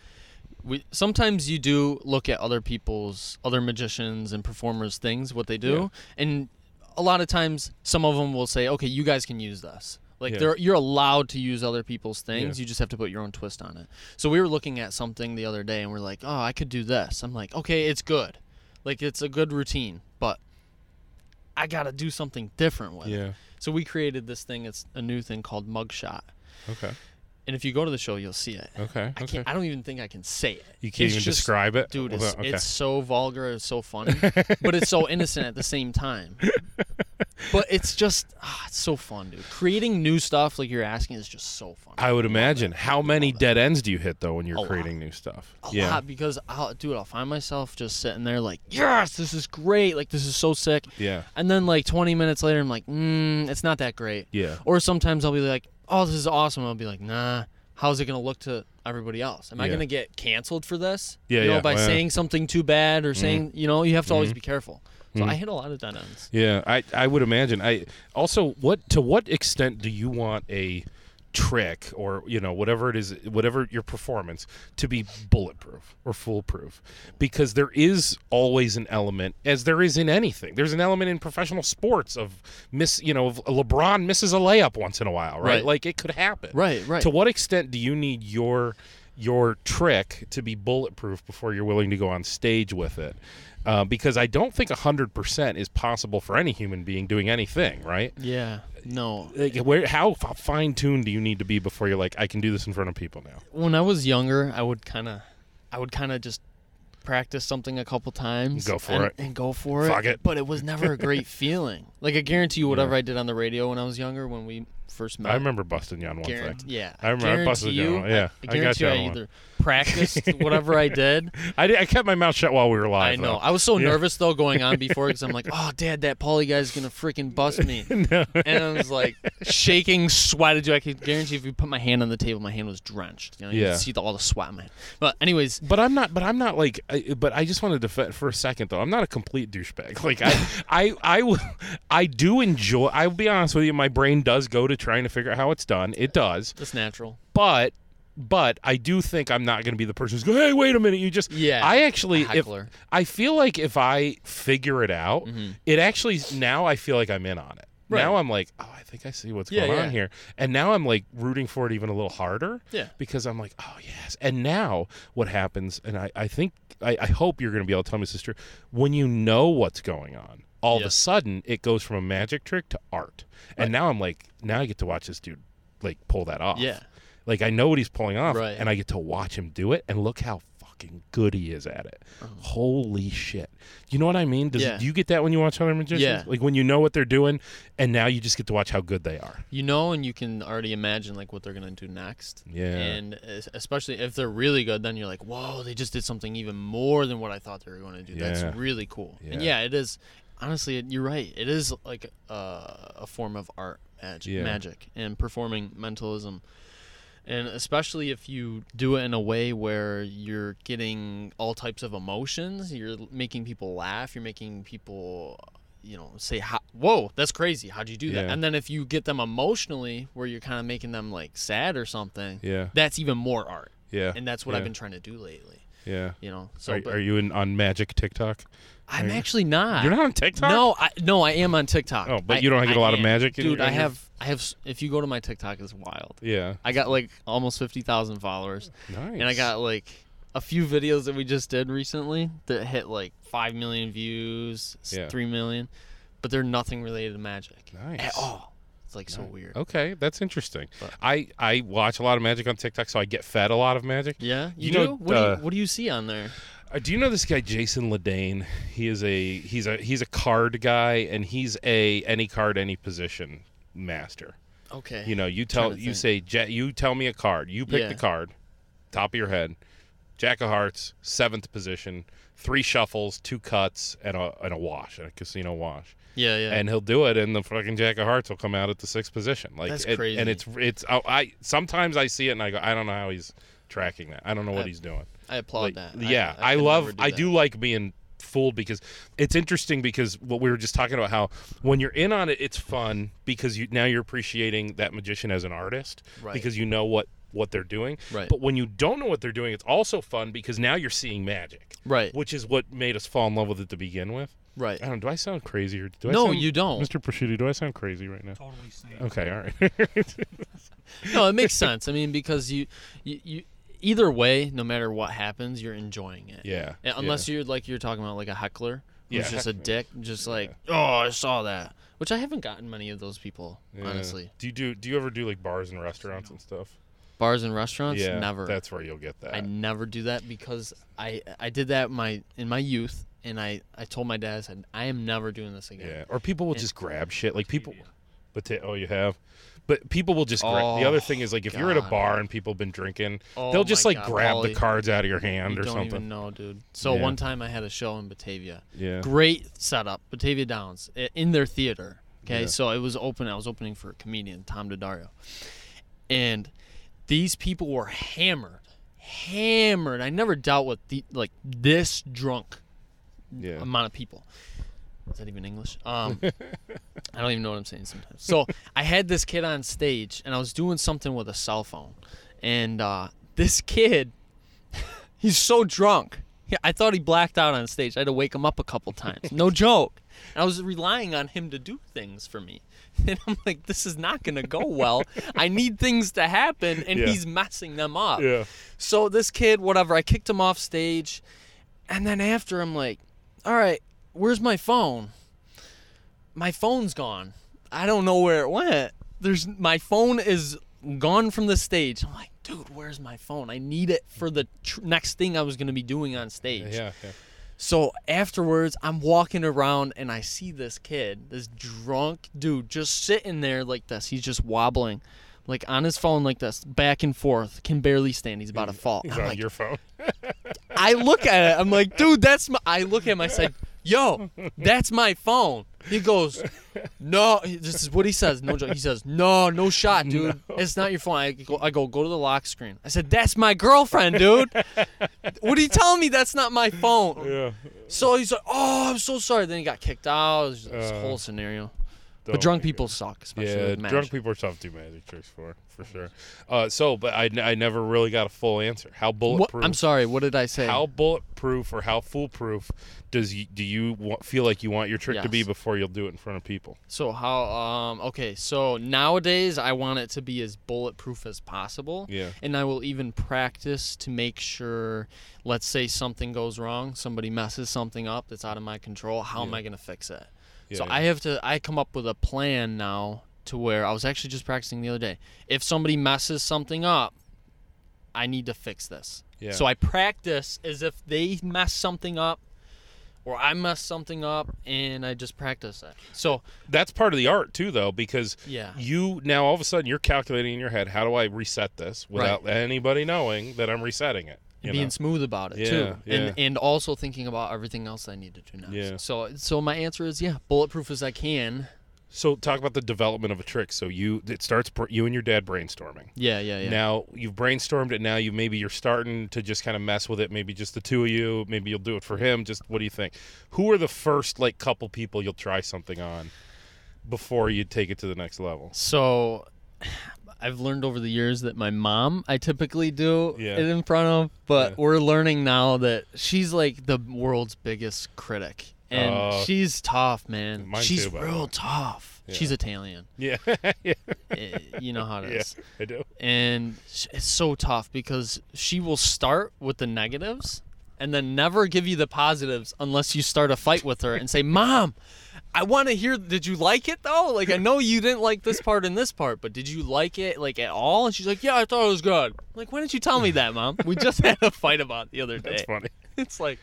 [SPEAKER 2] we sometimes you do look at other people's other magicians and performers things what they do and a lot of times some of them will say okay you guys can use this like
[SPEAKER 1] Yeah.
[SPEAKER 2] they're, you're allowed to use other people's things
[SPEAKER 1] Yeah.
[SPEAKER 2] you just have to put your own twist on it so we were looking at something the other day and we're like oh i could do this i'm like okay it's good like it's a good routine but i gotta do something different with it
[SPEAKER 1] yeah.
[SPEAKER 2] so we created this thing it's a new thing called mugshot
[SPEAKER 1] Okay.
[SPEAKER 2] and if you go to the show, you'll see it.
[SPEAKER 1] Okay.
[SPEAKER 2] I
[SPEAKER 1] okay.
[SPEAKER 2] can't. I don't even think I can say it.
[SPEAKER 1] You can't
[SPEAKER 2] It's
[SPEAKER 1] even
[SPEAKER 2] just-
[SPEAKER 1] describe it,
[SPEAKER 2] Dude,
[SPEAKER 1] Well,
[SPEAKER 2] it's,
[SPEAKER 1] okay.
[SPEAKER 2] it's so vulgar, it's so funny, but it's so innocent at the same time. But it's just, ah, it's so fun, dude. Creating new stuff like you're asking is just so fun.
[SPEAKER 1] I would imagine. How many dead ends do you hit though when you're
[SPEAKER 2] lot.
[SPEAKER 1] creating new stuff?
[SPEAKER 2] a lot because I'll, dude, I'll find myself just sitting there like, yes, this is great, like this is so sick.
[SPEAKER 1] Yeah.
[SPEAKER 2] And then like 20 minutes later, I'm like, mm, it's not that great.
[SPEAKER 1] Yeah.
[SPEAKER 2] Or sometimes I'll be like, oh, this is awesome. I'll be like, nah, how's it going to look to everybody else? Am I
[SPEAKER 1] Yeah.
[SPEAKER 2] going to get canceled for this?
[SPEAKER 1] Yeah,
[SPEAKER 2] You know,
[SPEAKER 1] yeah,
[SPEAKER 2] by
[SPEAKER 1] well, yeah. Mm-hmm.
[SPEAKER 2] saying something too bad or saying, you know, you have to always be careful. So I hit a lot of dead ends.
[SPEAKER 1] Yeah. I I would imagine. I also what to what extent do you want a trick or you know whatever it is whatever your performance to be bulletproof or foolproof because there is always an element as there is in anything there's an element in professional sports of miss you know of lebron misses a layup once in a while right,
[SPEAKER 2] Right.
[SPEAKER 1] like it could happen
[SPEAKER 2] Right, right.
[SPEAKER 1] to what extent do you need your your trick to be bulletproof before you're willing to go on stage with it? Uh, because I don't think 100% is possible for any human being doing anything, right?
[SPEAKER 2] Yeah. No.
[SPEAKER 1] Like, where, how fine tuned do you need to be before you're like, I can do this in front of people now?
[SPEAKER 2] When I was younger, I would kind of, I would kind of just practice something a couple times.
[SPEAKER 1] Go for
[SPEAKER 2] and-
[SPEAKER 1] it.
[SPEAKER 2] And go for
[SPEAKER 1] Fuck
[SPEAKER 2] it.
[SPEAKER 1] it.
[SPEAKER 2] But it was never a great feeling. Like I guarantee you, whatever I did on the radio when I was younger, when we first met,
[SPEAKER 1] I remember busting you on one
[SPEAKER 2] Guarant-
[SPEAKER 1] thing.
[SPEAKER 2] yeah,
[SPEAKER 1] I remember I
[SPEAKER 2] guarantee
[SPEAKER 1] busted you
[SPEAKER 2] you.
[SPEAKER 1] on one. Yeah,
[SPEAKER 2] I
[SPEAKER 1] I got
[SPEAKER 2] guarantee
[SPEAKER 1] you
[SPEAKER 2] I,
[SPEAKER 1] on one.
[SPEAKER 2] either practiced whatever I did.
[SPEAKER 1] I, did- I kept my mouth shut while we were live.
[SPEAKER 2] I know.
[SPEAKER 1] though.
[SPEAKER 2] I was so
[SPEAKER 1] uh, Yeah.
[SPEAKER 2] nervous though going on before because I'm like, oh, dad, that Paulie guy's gonna freaking bust me, and I was like shaking, sweated. Dude, I could guarantee if you put my hand on the table, my hand was drenched. You know, you
[SPEAKER 1] Yeah.
[SPEAKER 2] could see the, all the sweat on my hand. But anyways,
[SPEAKER 1] But I'm not. But I'm not like. I, but I just want to defend for a second though. I'm not a complete douchebag. Like I, I, I, will- I do enjoy. I'll be honest with you. My brain does go to trying to figure out how it's done. It does.
[SPEAKER 2] that's natural.
[SPEAKER 1] But, but I do think I'm not going to be the person who's going. Hey, wait a minute. You just.
[SPEAKER 2] Yeah,
[SPEAKER 1] I actually.
[SPEAKER 2] a
[SPEAKER 1] If,
[SPEAKER 2] heckler.
[SPEAKER 1] I feel like if I figure it out, it actually now I feel like I'm in on it.
[SPEAKER 2] Mm-hmm. Right.
[SPEAKER 1] Now I'm like, oh, I think I see what's
[SPEAKER 2] Yeah,
[SPEAKER 1] going
[SPEAKER 2] yeah.
[SPEAKER 1] on here, and now I'm like rooting for it even a little harder
[SPEAKER 2] Yeah.
[SPEAKER 1] because I'm like, oh yes. And now what happens, and I, I think I, I hope you're gonna be able to tell me this is true, when you know what's going on, all of a
[SPEAKER 2] Yes.
[SPEAKER 1] sudden it goes from a magic trick to art. And now I'm like, now I get to watch this dude like pull that off.
[SPEAKER 2] Yeah.
[SPEAKER 1] Like I know what he's pulling off
[SPEAKER 2] Right.
[SPEAKER 1] and I get to watch him do it and look how fucking good he is at it. Holy shit. You know what I mean? Does
[SPEAKER 2] Uh-huh. Yeah.
[SPEAKER 1] do you get that when you watch other magicians?
[SPEAKER 2] Yeah.
[SPEAKER 1] Like when you know what they're doing and now you just get to watch how good they are.
[SPEAKER 2] You know, and you can already imagine like what they're gonna do next.
[SPEAKER 1] Yeah.
[SPEAKER 2] and es- especially if they're really good, then you're like, whoa, they just did something even more than what I thought they were going to do.
[SPEAKER 1] Yeah.
[SPEAKER 2] That's really cool. And
[SPEAKER 1] Yeah.
[SPEAKER 2] yeah, it is. Honestly, it- you're right. It is like uh, a form of art, magic,
[SPEAKER 1] Yeah.
[SPEAKER 2] magic, and performing mentalism. And especially if you do it in a way where you're getting all types of emotions, you're making people laugh, you're making people, you know, say, "Ho- "Whoa, that's crazy! How'd you do that?"
[SPEAKER 1] Yeah.
[SPEAKER 2] And then if you get them emotionally, where you're kind of making them like sad or something,
[SPEAKER 1] Yeah.
[SPEAKER 2] that's even more art
[SPEAKER 1] Yeah.
[SPEAKER 2] and that's what
[SPEAKER 1] Yeah.
[SPEAKER 2] i've been trying to do lately
[SPEAKER 1] Yeah.
[SPEAKER 2] you know. So
[SPEAKER 1] are,
[SPEAKER 2] but
[SPEAKER 1] are you in, on Magic TikTok?
[SPEAKER 2] I'm
[SPEAKER 1] are you-
[SPEAKER 2] actually not.
[SPEAKER 1] You're not on TikTok.
[SPEAKER 2] No, I, no, I am on TikTok.
[SPEAKER 1] Oh, but
[SPEAKER 2] I-
[SPEAKER 1] you don't get a
[SPEAKER 2] I
[SPEAKER 1] lot of
[SPEAKER 2] am.
[SPEAKER 1] magic in
[SPEAKER 2] dude.
[SPEAKER 1] your-
[SPEAKER 2] I
[SPEAKER 1] on your-
[SPEAKER 2] have, I have. s- If you go to my TikTok, it's wild.
[SPEAKER 1] Yeah.
[SPEAKER 2] I got like almost fifty thousand followers,
[SPEAKER 1] Nice.
[SPEAKER 2] and I got like a few videos that we just did recently that hit like five million views, s-
[SPEAKER 1] Yeah.
[SPEAKER 2] three million, but they're nothing related to magic
[SPEAKER 1] Nice.
[SPEAKER 2] at all. It's like so weird.
[SPEAKER 1] Okay, that's interesting.
[SPEAKER 2] But-
[SPEAKER 1] I I watch a lot of magic on TikTok, so I get fed a lot of magic.
[SPEAKER 2] Yeah, you,
[SPEAKER 1] You
[SPEAKER 2] do.
[SPEAKER 1] know,
[SPEAKER 2] what, do
[SPEAKER 1] uh,
[SPEAKER 2] you, what do you see on there?
[SPEAKER 1] Uh, do you know this guy Jason Ledane? He is a he's a he's a card guy, and he's a any card any position master.
[SPEAKER 2] Okay.
[SPEAKER 1] You know, you
[SPEAKER 2] Trying
[SPEAKER 1] tell
[SPEAKER 2] to
[SPEAKER 1] you
[SPEAKER 2] think.
[SPEAKER 1] say "Ja- you tell me a card. You pick
[SPEAKER 2] Yeah.
[SPEAKER 1] the card, top of your head. Jack of Hearts, seventh position, three shuffles, two cuts, and a and a wash, and a casino wash.
[SPEAKER 2] yeah, yeah.
[SPEAKER 1] and he'll do it, and the fucking jack of hearts will come out at the sixth position. Like
[SPEAKER 2] That's
[SPEAKER 1] it-
[SPEAKER 2] crazy.
[SPEAKER 1] And it's it's I, I sometimes I see it and I go, I don't know how he's tracking that. I don't know what
[SPEAKER 2] I-
[SPEAKER 1] he's doing.
[SPEAKER 2] I applaud
[SPEAKER 1] Like,
[SPEAKER 2] that.
[SPEAKER 1] yeah, I,
[SPEAKER 2] could
[SPEAKER 1] love.
[SPEAKER 2] never
[SPEAKER 1] I
[SPEAKER 2] that.
[SPEAKER 1] do like being fooled because it's interesting because what we were just talking about how when you're in on it, it's fun because you now you're appreciating that magician as an artist
[SPEAKER 2] Right.
[SPEAKER 1] because you know what what they're doing.
[SPEAKER 2] Right.
[SPEAKER 1] But when you don't know what they're doing, it's also fun because now you're seeing magic.
[SPEAKER 2] Right,
[SPEAKER 1] Which is what made us fall in love with it to begin with.
[SPEAKER 2] right.
[SPEAKER 1] I don't. Do I sound crazy or do I
[SPEAKER 2] No,
[SPEAKER 1] sound-
[SPEAKER 2] you don't.
[SPEAKER 1] Mr. Prosciutto, do I sound crazy right now?
[SPEAKER 3] Totally sane.
[SPEAKER 1] Okay, all right.
[SPEAKER 2] no, it makes sense. I mean, because you, you, you, either way, no matter what happens, you're enjoying it.
[SPEAKER 1] yeah.
[SPEAKER 2] And unless you're like you're talking about like a heckler who's
[SPEAKER 1] Yeah,
[SPEAKER 2] just a
[SPEAKER 1] hecklers.
[SPEAKER 2] dick, just like oh, I saw that. Which I haven't gotten many of those people, honestly.
[SPEAKER 1] Do you do do you ever do like bars and restaurants and stuff?
[SPEAKER 2] Bars and restaurants, never.
[SPEAKER 1] That's where you'll get that.
[SPEAKER 2] I never do that because I I did that in my in my youth, and I I told my dad I said I am never doing this again.
[SPEAKER 1] yeah. Or people will just grab shit. Like people but ta- oh you have. But people will just grab the
[SPEAKER 2] Oh,
[SPEAKER 1] other thing is like if you're at a
[SPEAKER 2] God.
[SPEAKER 1] bar and people have been drinking,
[SPEAKER 2] Oh
[SPEAKER 1] they'll just
[SPEAKER 2] my
[SPEAKER 1] like
[SPEAKER 2] God,
[SPEAKER 1] grab
[SPEAKER 2] Paulie.
[SPEAKER 1] the cards out of your hand
[SPEAKER 2] You
[SPEAKER 1] or
[SPEAKER 2] don't
[SPEAKER 1] something.
[SPEAKER 2] even know, dude. So
[SPEAKER 1] Yeah.
[SPEAKER 2] one time I had a show in Batavia.
[SPEAKER 1] Yeah.
[SPEAKER 2] Great setup, Batavia Downs, i- in their theater. Okay,
[SPEAKER 1] Yeah.
[SPEAKER 2] so it was open. I was opening for a comedian, Tom Daddario, and these people were hammered, hammered. I never dealt with the, like this drunk
[SPEAKER 1] Yeah.
[SPEAKER 2] amount of people. Is that even English? Um, I don't even know what I'm saying sometimes. So I had this kid on stage, and I was doing something with a cell phone, and uh, this kid, he's so drunk. Yeah, I thought he blacked out on stage. I had to wake him up a couple times. No joke. And I was relying on him to do things for me. And I'm like, this is not going to go well. I need things to happen, and
[SPEAKER 1] Yeah.
[SPEAKER 2] he's messing them up.
[SPEAKER 1] yeah.
[SPEAKER 2] So this kid, whatever, I kicked him off stage, and then after I'm like, "All right, where's my phone? My phone's gone. I don't know where it went. There's my phone is gone from the stage." I'm like, "Dude, where's my phone? I need it for the tr- next thing I was gonna be doing on stage."
[SPEAKER 1] Yeah. yeah.
[SPEAKER 2] So afterwards, I'm walking around and I see this kid, this drunk dude, just sitting there like this. He's just wobbling, like on his phone, like this, back and forth, can barely stand. He's about to fall.
[SPEAKER 1] He's
[SPEAKER 2] I'm
[SPEAKER 1] on
[SPEAKER 2] like,
[SPEAKER 1] your phone.
[SPEAKER 2] I look at it. I'm like, dude, that's my. I look at him. I said, yo, that's my phone. He goes, no. This is what he says. No joke. He says, no, no shot, dude. It's not your phone. I go, I go, go to the lock screen. I said, that's my girlfriend, dude. what are you telling me? That's not my phone.
[SPEAKER 1] yeah.
[SPEAKER 2] So he's like, "Oh, I'm so sorry." Then he got kicked out. It was this
[SPEAKER 1] Uh,
[SPEAKER 2] whole scenario.
[SPEAKER 1] Oh
[SPEAKER 2] But drunk
[SPEAKER 1] my God.
[SPEAKER 2] people suck, especially
[SPEAKER 1] Yeah,
[SPEAKER 2] with magic.
[SPEAKER 1] drunk people are tough to do magic tricks for, for sure. Uh, so, but I, I never really got a full answer. How
[SPEAKER 2] What-
[SPEAKER 1] bulletproof?
[SPEAKER 2] I'm sorry. What did I say?
[SPEAKER 1] How bulletproof or how foolproof does you, do you wa- feel like you want your trick to be
[SPEAKER 2] Yes.
[SPEAKER 1] before you'll do it in front of people?
[SPEAKER 2] So how? Um. Okay. So nowadays, I want it to be as bulletproof as possible.
[SPEAKER 1] Yeah.
[SPEAKER 2] And I will even practice to make sure. Let's say something goes wrong. Somebody messes something up that's out of my control. How am I gonna fix it? so
[SPEAKER 1] Yeah,
[SPEAKER 2] I have to. I come up with a plan now to where I was actually just practicing the other day. If somebody messes something up, I need to fix this.
[SPEAKER 1] Yeah.
[SPEAKER 2] So I practice as if they mess something up or I mess something up and I just practice it. So
[SPEAKER 1] That's part of the art too, though, because
[SPEAKER 2] Yeah.
[SPEAKER 1] you now all of a sudden you're calculating in your head, how do I reset this without anybody knowing that I'm resetting it? you
[SPEAKER 2] being
[SPEAKER 1] know?
[SPEAKER 2] smooth about it
[SPEAKER 1] Yeah,
[SPEAKER 2] too.
[SPEAKER 1] yeah.
[SPEAKER 2] And and also thinking about everything else I need to do next.
[SPEAKER 1] Yeah.
[SPEAKER 2] So so my answer is yeah, bulletproof as I can.
[SPEAKER 1] So talk about the development of a trick. So you it starts br- you and your dad brainstorming.
[SPEAKER 2] Yeah, yeah, yeah.
[SPEAKER 1] Now you've brainstormed it. Now you maybe you're starting to just kind of mess with it. Maybe just the two of you. Maybe you'll do it for him. Just what do you think? Who are the first like couple people you'll try something on before you take it to the next level?
[SPEAKER 2] So I've learned over the years that my mom I typically do
[SPEAKER 1] Yeah.
[SPEAKER 2] it in front of, but
[SPEAKER 1] Yeah.
[SPEAKER 2] we're learning now that she's like the world's biggest critic, and
[SPEAKER 1] Oh.
[SPEAKER 2] she's tough, man.
[SPEAKER 1] Mine
[SPEAKER 2] she's
[SPEAKER 1] too, by the
[SPEAKER 2] real
[SPEAKER 1] way.
[SPEAKER 2] tough. She's Italian.
[SPEAKER 1] Yeah. yeah.
[SPEAKER 2] Eh, you know how it
[SPEAKER 1] Yeah.
[SPEAKER 2] is.
[SPEAKER 1] I do.
[SPEAKER 2] And sh- it's so tough because she will start with the negatives and then never give you the positives unless you start a fight with her and say, Mom, I want to hear, did you like it though? Like, I know you didn't like this part and this part, but did you like it like at all? And she's like, Yeah, I thought it was good. I'm like, why didn't you tell me that, Mom? We just had a fight about it the other
[SPEAKER 1] That's
[SPEAKER 2] day.
[SPEAKER 1] funny.
[SPEAKER 2] It's like,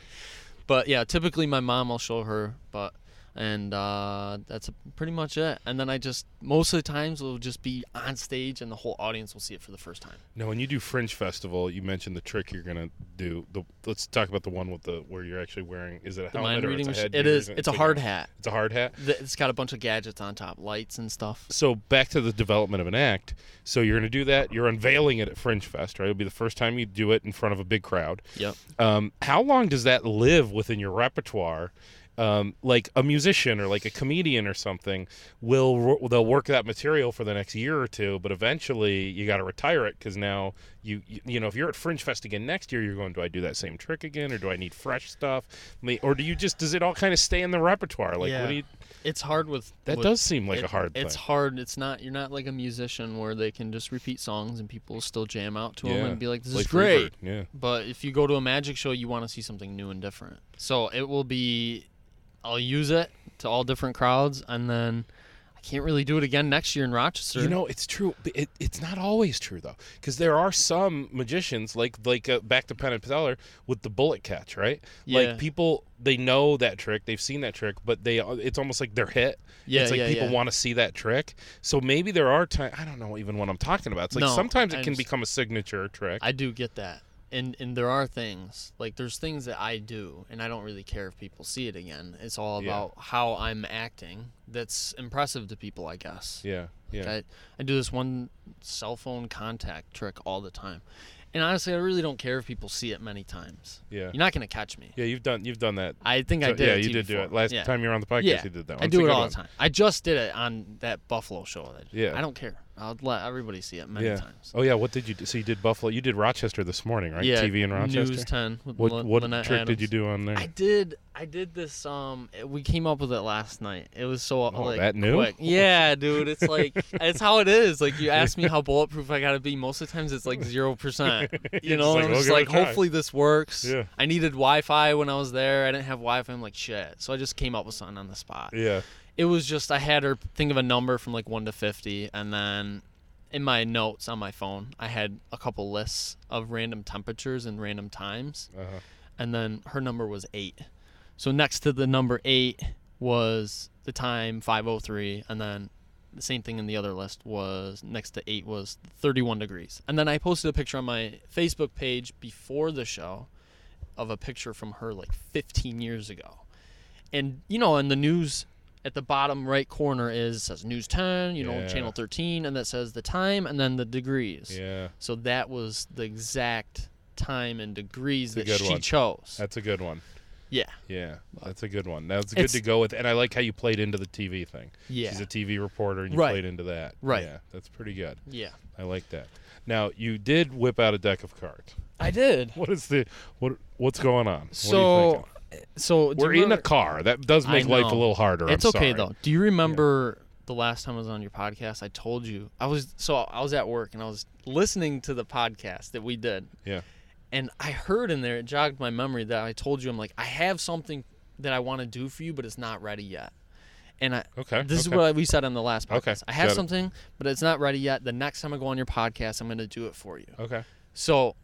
[SPEAKER 2] but yeah, typically my mom will show her, but. And uh, that's pretty much it. And then I just most of the times will just be on stage, and the whole audience will see it for the first time.
[SPEAKER 1] No, when you do Fringe Festival, you mentioned the trick you're gonna do. The let's talk about the one with the where you're actually wearing. Is it a
[SPEAKER 2] The
[SPEAKER 1] helmet
[SPEAKER 2] mind
[SPEAKER 1] or
[SPEAKER 2] reading
[SPEAKER 1] it's a
[SPEAKER 2] machine.
[SPEAKER 1] head?
[SPEAKER 2] It
[SPEAKER 1] you're
[SPEAKER 2] is.
[SPEAKER 1] using?
[SPEAKER 2] It's a
[SPEAKER 1] like
[SPEAKER 2] hard hat.
[SPEAKER 1] It's a hard hat.
[SPEAKER 2] Th- It's got a bunch of gadgets on top, lights and stuff.
[SPEAKER 1] So back to the development of an act. So you're gonna do that. You're unveiling it at Fringe Fest, right? It'll be the first time you do it in front of a big crowd.
[SPEAKER 2] Yep.
[SPEAKER 1] Um, how long does that live within your repertoire? Um, like a musician or like a comedian or something will ro- they'll work that material for the next year or two, but eventually you got to retire it because now you, you you know if you're at Fringe Fest again next year, you're going do I do that same trick again or do I need fresh stuff? I mean, Or do you just does it all kind of stay in the repertoire? Like what do you?
[SPEAKER 2] It's hard with
[SPEAKER 1] That
[SPEAKER 2] with-
[SPEAKER 1] does seem like
[SPEAKER 2] it-
[SPEAKER 1] a hard
[SPEAKER 2] It's
[SPEAKER 1] thing.
[SPEAKER 2] hard. It's not. You're not like a musician where they can just repeat songs and people will still jam out to them and be like, "This is great."
[SPEAKER 1] Freebird, Yeah.
[SPEAKER 2] But if you go to a magic show, you want to see something new and different. So it will be, I'll use it to all different crowds, and then I can't really do it again next year in Rochester.
[SPEAKER 1] You know, it's true. but It, it's not always true though, because there are some magicians like like uh, back to Penn and Teller with the bullet catch, right?
[SPEAKER 2] Yeah.
[SPEAKER 1] Like people, they know that trick, they've seen that trick, but they uh, it's almost like they're hit.
[SPEAKER 2] Yeah,
[SPEAKER 1] it's like
[SPEAKER 2] yeah,
[SPEAKER 1] people
[SPEAKER 2] yeah.
[SPEAKER 1] want to see that trick. So maybe there are times I don't know even what I'm talking about. It's like
[SPEAKER 2] No,
[SPEAKER 1] sometimes
[SPEAKER 2] I
[SPEAKER 1] it can
[SPEAKER 2] understand.
[SPEAKER 1] become a signature trick.
[SPEAKER 2] I do get that. And and there are things like there's things that I do and I don't really care if people see it again. It's all
[SPEAKER 1] Yeah.
[SPEAKER 2] about how I'm acting that's impressive to people, I guess.
[SPEAKER 1] yeah, yeah.
[SPEAKER 2] I, I do this one cell phone contact trick all the time. And honestly, I really don't care if people see it many times.
[SPEAKER 1] Yeah.
[SPEAKER 2] You're not going to catch me.
[SPEAKER 1] yeah, you've done you've done that.
[SPEAKER 2] I think I
[SPEAKER 1] So-
[SPEAKER 2] did
[SPEAKER 1] yeah,
[SPEAKER 2] it to
[SPEAKER 1] you did do
[SPEAKER 2] before.
[SPEAKER 1] it last
[SPEAKER 2] Yeah.
[SPEAKER 1] time you were on the podcast.
[SPEAKER 2] Yeah.
[SPEAKER 1] You did that. one.
[SPEAKER 2] I
[SPEAKER 1] It's a
[SPEAKER 2] do it
[SPEAKER 1] good
[SPEAKER 2] all
[SPEAKER 1] one.
[SPEAKER 2] the time. I just did it on that Buffalo show. that I did.
[SPEAKER 1] Yeah.
[SPEAKER 2] I don't care. I'll let everybody see it many
[SPEAKER 1] Yeah.
[SPEAKER 2] times.
[SPEAKER 1] Oh yeah. What did you do? So you did Buffalo. You did Rochester this morning, right?
[SPEAKER 2] Yeah.
[SPEAKER 1] TV in Rochester.
[SPEAKER 2] News 10 with
[SPEAKER 1] What
[SPEAKER 2] Lyn-
[SPEAKER 1] what
[SPEAKER 2] Lynette
[SPEAKER 1] trick did
[SPEAKER 2] Adams.
[SPEAKER 1] you do on there?
[SPEAKER 2] I did. I did this. Um, we came up with it last night. It was so
[SPEAKER 1] Oh,
[SPEAKER 2] like
[SPEAKER 1] that new?
[SPEAKER 2] quick. Yeah, dude. It's like it's how it is. Like you ask me how bulletproof I gotta be. Most of the times it's like zero percent. You
[SPEAKER 1] You're
[SPEAKER 2] know,
[SPEAKER 1] just like,
[SPEAKER 2] and I'm
[SPEAKER 1] "We'll
[SPEAKER 2] just
[SPEAKER 1] give it a
[SPEAKER 2] like,
[SPEAKER 1] try."
[SPEAKER 2] hopefully this works.
[SPEAKER 1] Yeah.
[SPEAKER 2] I needed Wi-Fi when I was there. I didn't have Wi-Fi. I'm like shit. So I just came up with something on the spot
[SPEAKER 1] yeah.
[SPEAKER 2] it was just I had her think of a number from like one to fifty, and then in my notes on my phone, I had a couple lists of random temperatures and random times,
[SPEAKER 1] Uh-huh.
[SPEAKER 2] and then her number was eight. So next to the number eight was the time five oh three, and then the same thing in the other list was next to eight was thirty one degrees, and then I posted a picture on my Facebook page before the show of a picture from her like 15 years ago. And you know, in the news at the bottom right corner is says news 10, you know,
[SPEAKER 1] Yeah.
[SPEAKER 2] channel 13 and that says the time and then the degrees.
[SPEAKER 1] Yeah,
[SPEAKER 2] So that was the exact time and degrees that
[SPEAKER 1] good
[SPEAKER 2] she
[SPEAKER 1] one.
[SPEAKER 2] chose.
[SPEAKER 1] that's a good one.
[SPEAKER 2] yeah.
[SPEAKER 1] Yeah, that's a good one. That's good
[SPEAKER 2] It's-
[SPEAKER 1] to go with. And I like how you played into the TV thing.
[SPEAKER 2] Yeah.
[SPEAKER 1] She's a TV reporter, and you
[SPEAKER 2] Right.
[SPEAKER 1] played into that.
[SPEAKER 2] Right.
[SPEAKER 1] Yeah, that's pretty good.
[SPEAKER 2] Yeah.
[SPEAKER 1] I like that. Now you did whip out a deck of cards.
[SPEAKER 2] I did.
[SPEAKER 1] What is the what? What's going on? what are you
[SPEAKER 2] So
[SPEAKER 1] thinking?
[SPEAKER 2] so do you
[SPEAKER 1] we're in a
[SPEAKER 2] remember-
[SPEAKER 1] car. That does make
[SPEAKER 2] I
[SPEAKER 1] life a
[SPEAKER 2] know.
[SPEAKER 1] little harder.
[SPEAKER 2] It's
[SPEAKER 1] I'm
[SPEAKER 2] okay
[SPEAKER 1] sorry.
[SPEAKER 2] though. Do you remember the last time I was on your podcast? I told you I was so I was at work and I was listening to the podcast that we did,
[SPEAKER 1] Yeah.
[SPEAKER 2] and I heard in there it jogged my memory that I told you I'm like I have something that I want to do for you, but it's not ready yet. And I
[SPEAKER 1] Okay,
[SPEAKER 2] this is
[SPEAKER 1] okay.
[SPEAKER 2] what I, we said on the last podcast.
[SPEAKER 1] Okay,
[SPEAKER 2] I have
[SPEAKER 1] got it.
[SPEAKER 2] something, but it's not ready yet. The next time I go on your podcast, I'm going to do it for you.
[SPEAKER 1] Okay.
[SPEAKER 2] So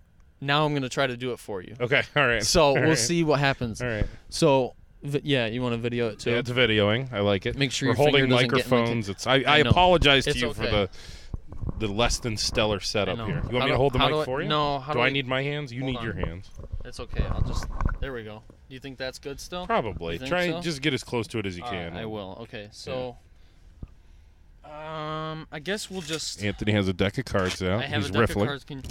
[SPEAKER 2] now I'm going to try to do it for you.
[SPEAKER 1] Okay. All right.
[SPEAKER 2] So
[SPEAKER 1] All
[SPEAKER 2] we'll
[SPEAKER 1] right.
[SPEAKER 2] see what happens.
[SPEAKER 1] All right.
[SPEAKER 2] So vi- yeah, you want to video it too?
[SPEAKER 1] Yeah, it's videoing. I like it.
[SPEAKER 2] Make sure
[SPEAKER 1] we're
[SPEAKER 2] your finger
[SPEAKER 1] holding
[SPEAKER 2] doesn't get in my ca-
[SPEAKER 1] microphones. It's. I, I,
[SPEAKER 2] I know.
[SPEAKER 1] apologize to
[SPEAKER 2] It's
[SPEAKER 1] you for
[SPEAKER 2] okay.
[SPEAKER 1] the the less than stellar setup
[SPEAKER 2] know.
[SPEAKER 1] here. You want
[SPEAKER 2] How
[SPEAKER 1] me
[SPEAKER 2] do-
[SPEAKER 1] to hold the
[SPEAKER 2] how
[SPEAKER 1] mic
[SPEAKER 2] do I-
[SPEAKER 1] for you?
[SPEAKER 2] no, how
[SPEAKER 1] do,
[SPEAKER 2] do
[SPEAKER 1] I
[SPEAKER 2] I-
[SPEAKER 1] need my hands? You
[SPEAKER 2] Hold
[SPEAKER 1] need your
[SPEAKER 2] on.
[SPEAKER 1] hands.
[SPEAKER 2] That's okay. I'll just. There we go. Do you think that's good still?
[SPEAKER 1] Probably.
[SPEAKER 2] You think
[SPEAKER 1] Try
[SPEAKER 2] so?
[SPEAKER 1] and just get as close to it as you
[SPEAKER 2] All right,
[SPEAKER 1] can.
[SPEAKER 2] I will. Okay. So. Um, I guess we'll just.
[SPEAKER 1] Anthony has a deck of cards out.
[SPEAKER 2] I have
[SPEAKER 1] Oh, He's
[SPEAKER 2] a deck
[SPEAKER 1] riffling.
[SPEAKER 2] of cards. Can you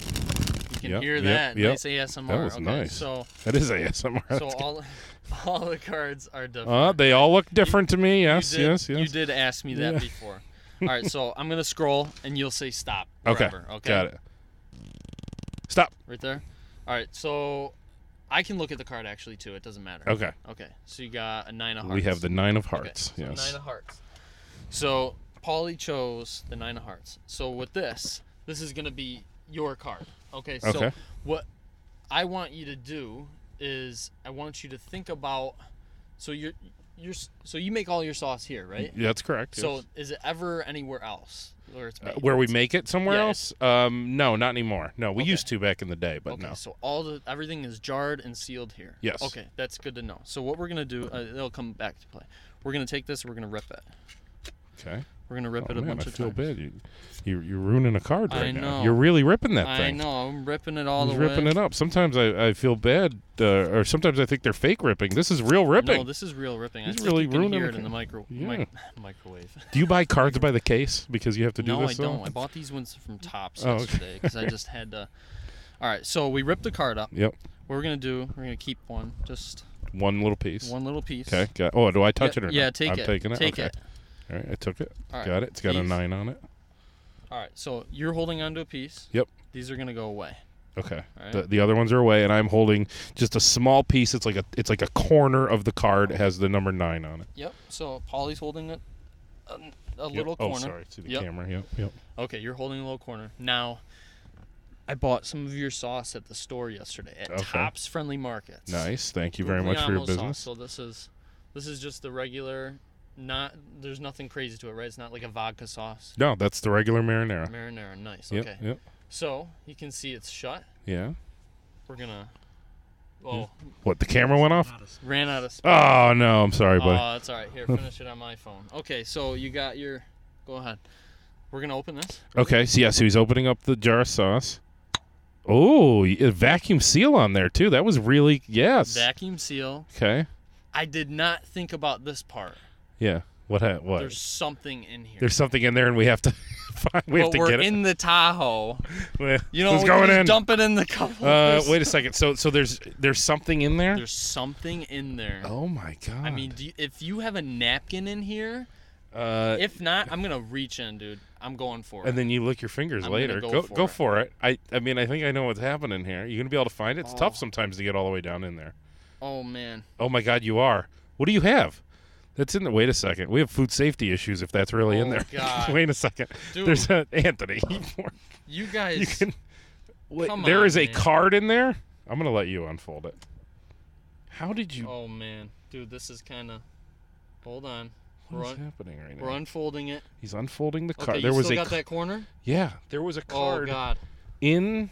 [SPEAKER 2] can
[SPEAKER 1] Yep,
[SPEAKER 2] hear
[SPEAKER 1] yep,
[SPEAKER 2] that?
[SPEAKER 1] yep.
[SPEAKER 2] Nice ASMR.
[SPEAKER 1] That was
[SPEAKER 2] okay,
[SPEAKER 1] nice.
[SPEAKER 2] So
[SPEAKER 1] That is ASMR.
[SPEAKER 2] so
[SPEAKER 1] That's good.
[SPEAKER 2] all all the cards are different.
[SPEAKER 1] Uh, they all look different to me.
[SPEAKER 2] You
[SPEAKER 1] Yes,
[SPEAKER 2] did-
[SPEAKER 1] yes, yes.
[SPEAKER 2] You did ask me that
[SPEAKER 1] Yeah.
[SPEAKER 2] before. All right, so I'm gonna scroll, and you'll say stop.
[SPEAKER 1] Okay.
[SPEAKER 2] wherever, okay.
[SPEAKER 1] Got it. Stop.
[SPEAKER 2] Right there. All right, so I can look at the card actually too. It doesn't matter.
[SPEAKER 1] Okay.
[SPEAKER 2] Okay. So you got a nine of hearts.
[SPEAKER 1] We have the nine of
[SPEAKER 2] Okay,
[SPEAKER 1] hearts.
[SPEAKER 2] so
[SPEAKER 1] yes.
[SPEAKER 2] Nine of hearts. So Paulie chose the nine of hearts. So with this, this is gonna be your card. Okay. So
[SPEAKER 1] Okay.
[SPEAKER 2] what I want you to do is I want you to think about. So you're you're s- so you make all your sauce here, right?
[SPEAKER 1] Yeah, That's correct. yes.
[SPEAKER 2] So is it ever anywhere else where it's
[SPEAKER 1] Uh,
[SPEAKER 2] made?
[SPEAKER 1] where we make it somewhere
[SPEAKER 2] Yeah,
[SPEAKER 1] else? Um, no, not anymore. No, we used to back in the day, but
[SPEAKER 2] Okay,
[SPEAKER 1] no.
[SPEAKER 2] so all the everything is jarred and sealed here.
[SPEAKER 1] Yes.
[SPEAKER 2] Okay, that's good to know. So what we're gonna do, uh, it'll come back to play. We're gonna take this. We're gonna rip it.
[SPEAKER 1] Okay.
[SPEAKER 2] We're gonna rip
[SPEAKER 1] Oh,
[SPEAKER 2] it a
[SPEAKER 1] man,
[SPEAKER 2] bunch
[SPEAKER 1] I
[SPEAKER 2] of
[SPEAKER 1] feel
[SPEAKER 2] times.
[SPEAKER 1] bad. You, you, you're ruining a card
[SPEAKER 2] I
[SPEAKER 1] right now.
[SPEAKER 2] know.
[SPEAKER 1] You're really ripping that
[SPEAKER 2] I
[SPEAKER 1] thing.
[SPEAKER 2] know. I'm ripping it all
[SPEAKER 1] He's
[SPEAKER 2] the way.
[SPEAKER 1] ripping it up. Sometimes I, I feel bad, uh, or sometimes I think they're fake ripping. This is real ripping.
[SPEAKER 2] No, this is real ripping.
[SPEAKER 1] He's
[SPEAKER 2] I think
[SPEAKER 1] really
[SPEAKER 2] you can
[SPEAKER 1] ruining
[SPEAKER 2] hear
[SPEAKER 1] the
[SPEAKER 2] it in the
[SPEAKER 1] ca-
[SPEAKER 2] micro-
[SPEAKER 1] Yeah.
[SPEAKER 2] mic- microwave.
[SPEAKER 1] do you buy cards by the case because you have to do
[SPEAKER 2] no, I
[SPEAKER 1] this? though?
[SPEAKER 2] don't. I bought these ones from Tops
[SPEAKER 1] Oh, okay.
[SPEAKER 2] yesterday because I just had to. All right, so we ripped the card up.
[SPEAKER 1] Yep.
[SPEAKER 2] What we're gonna do? We're gonna keep one, just
[SPEAKER 1] One little piece.
[SPEAKER 2] one little piece.
[SPEAKER 1] Okay. Got, oh, do I touch
[SPEAKER 2] yeah,
[SPEAKER 1] it or
[SPEAKER 2] yeah,
[SPEAKER 1] not?
[SPEAKER 2] take
[SPEAKER 1] I'm
[SPEAKER 2] it.
[SPEAKER 1] taking it.
[SPEAKER 2] Take
[SPEAKER 1] okay.
[SPEAKER 2] it.
[SPEAKER 1] All right, I took it.
[SPEAKER 2] All right,
[SPEAKER 1] Got it. It's got a
[SPEAKER 2] these-
[SPEAKER 1] nine on it.
[SPEAKER 2] All right, so you're holding onto a piece.
[SPEAKER 1] Yep.
[SPEAKER 2] These are gonna go away.
[SPEAKER 1] Okay.
[SPEAKER 2] All right.
[SPEAKER 1] The, the other ones are away, and I'm holding just a small piece. It's like a it's like a corner of the card. It has the number nine on it.
[SPEAKER 2] Yep. So Polly's holding a, a, a
[SPEAKER 1] Yep.
[SPEAKER 2] little corner.
[SPEAKER 1] Oh, sorry. See the
[SPEAKER 2] Yep.
[SPEAKER 1] camera. Yep. Yep.
[SPEAKER 2] Okay, you're holding a little corner. Now, I bought some of your sauce at the store yesterday at
[SPEAKER 1] Okay.
[SPEAKER 2] Tops Friendly Markets.
[SPEAKER 1] Nice. Thank you very much for your
[SPEAKER 2] Guglielmo
[SPEAKER 1] business.
[SPEAKER 2] sauce. So this is this is just the regular, not there's nothing crazy to it, right? It's not like a vodka sauce.
[SPEAKER 1] No, that's the regular marinara.
[SPEAKER 2] Marinara, nice.
[SPEAKER 1] Yep.
[SPEAKER 2] Okay.
[SPEAKER 1] Yep.
[SPEAKER 2] So you can see it's shut.
[SPEAKER 1] Yeah.
[SPEAKER 2] We're gonna.
[SPEAKER 1] Hmm.
[SPEAKER 2] Oh,
[SPEAKER 1] What? The camera went off.
[SPEAKER 2] ran out of space.
[SPEAKER 1] Oh no! I'm sorry, buddy.
[SPEAKER 2] Oh, that's all right. Here, finish it on my phone. Okay, so you got your. Go ahead. We're gonna open this.
[SPEAKER 1] Okay, so yeah, so he's opening up the jar of sauce. Oh, y- a vacuum seal on there too. That was really yes.
[SPEAKER 2] Vacuum seal.
[SPEAKER 1] okay.
[SPEAKER 2] I did not think about this part.
[SPEAKER 1] Yeah. What? Ha- what?
[SPEAKER 2] There's
[SPEAKER 1] There's,
[SPEAKER 2] something in here.
[SPEAKER 1] something in there, and we have to find. We have to
[SPEAKER 2] but we're
[SPEAKER 1] get it.
[SPEAKER 2] in the Tahoe.
[SPEAKER 1] Well,
[SPEAKER 2] You know,
[SPEAKER 1] it's
[SPEAKER 2] we can
[SPEAKER 1] going
[SPEAKER 2] just
[SPEAKER 1] in.
[SPEAKER 2] dump it in the cup.
[SPEAKER 1] uh, wait a second. So, so there's there's something in there.
[SPEAKER 2] There's something in there.
[SPEAKER 1] oh my god.
[SPEAKER 2] I mean, do you, if you have a napkin in here,
[SPEAKER 1] uh,
[SPEAKER 2] if not, I'm gonna reach in, dude. I'm going for it.
[SPEAKER 1] and then you lick your fingers
[SPEAKER 2] I'm gonna
[SPEAKER 1] later.
[SPEAKER 2] go
[SPEAKER 1] go
[SPEAKER 2] for
[SPEAKER 1] go
[SPEAKER 2] it.
[SPEAKER 1] for it. I I mean, I think I know what's happening here. You're gonna be able to find it. It's
[SPEAKER 2] Oh.
[SPEAKER 1] tough sometimes to get all the way down in there.
[SPEAKER 2] oh man,
[SPEAKER 1] Oh my God, you are. What do you have? That's in the. Wait a second. We have food safety issues if that's really in
[SPEAKER 2] Oh,
[SPEAKER 1] there.
[SPEAKER 2] God.
[SPEAKER 1] wait a second.
[SPEAKER 2] Dude.
[SPEAKER 1] There's a Anthony.
[SPEAKER 2] you
[SPEAKER 1] you
[SPEAKER 2] guys.
[SPEAKER 1] can. Wait,
[SPEAKER 2] Come
[SPEAKER 1] there
[SPEAKER 2] on,
[SPEAKER 1] is a
[SPEAKER 2] man.
[SPEAKER 1] card in there. I'm gonna let you unfold it. How did you?
[SPEAKER 2] Oh man, dude, this is kind of. Hold on. We're,
[SPEAKER 1] What's
[SPEAKER 2] un-
[SPEAKER 1] happening right now?
[SPEAKER 2] we're unfolding it.
[SPEAKER 1] He's unfolding the
[SPEAKER 2] Okay,
[SPEAKER 1] card.
[SPEAKER 2] you
[SPEAKER 1] there was
[SPEAKER 2] still
[SPEAKER 1] a.
[SPEAKER 2] got
[SPEAKER 1] c-
[SPEAKER 2] that corner.
[SPEAKER 1] Yeah, there was a
[SPEAKER 2] Oh
[SPEAKER 1] card
[SPEAKER 2] god.
[SPEAKER 1] in.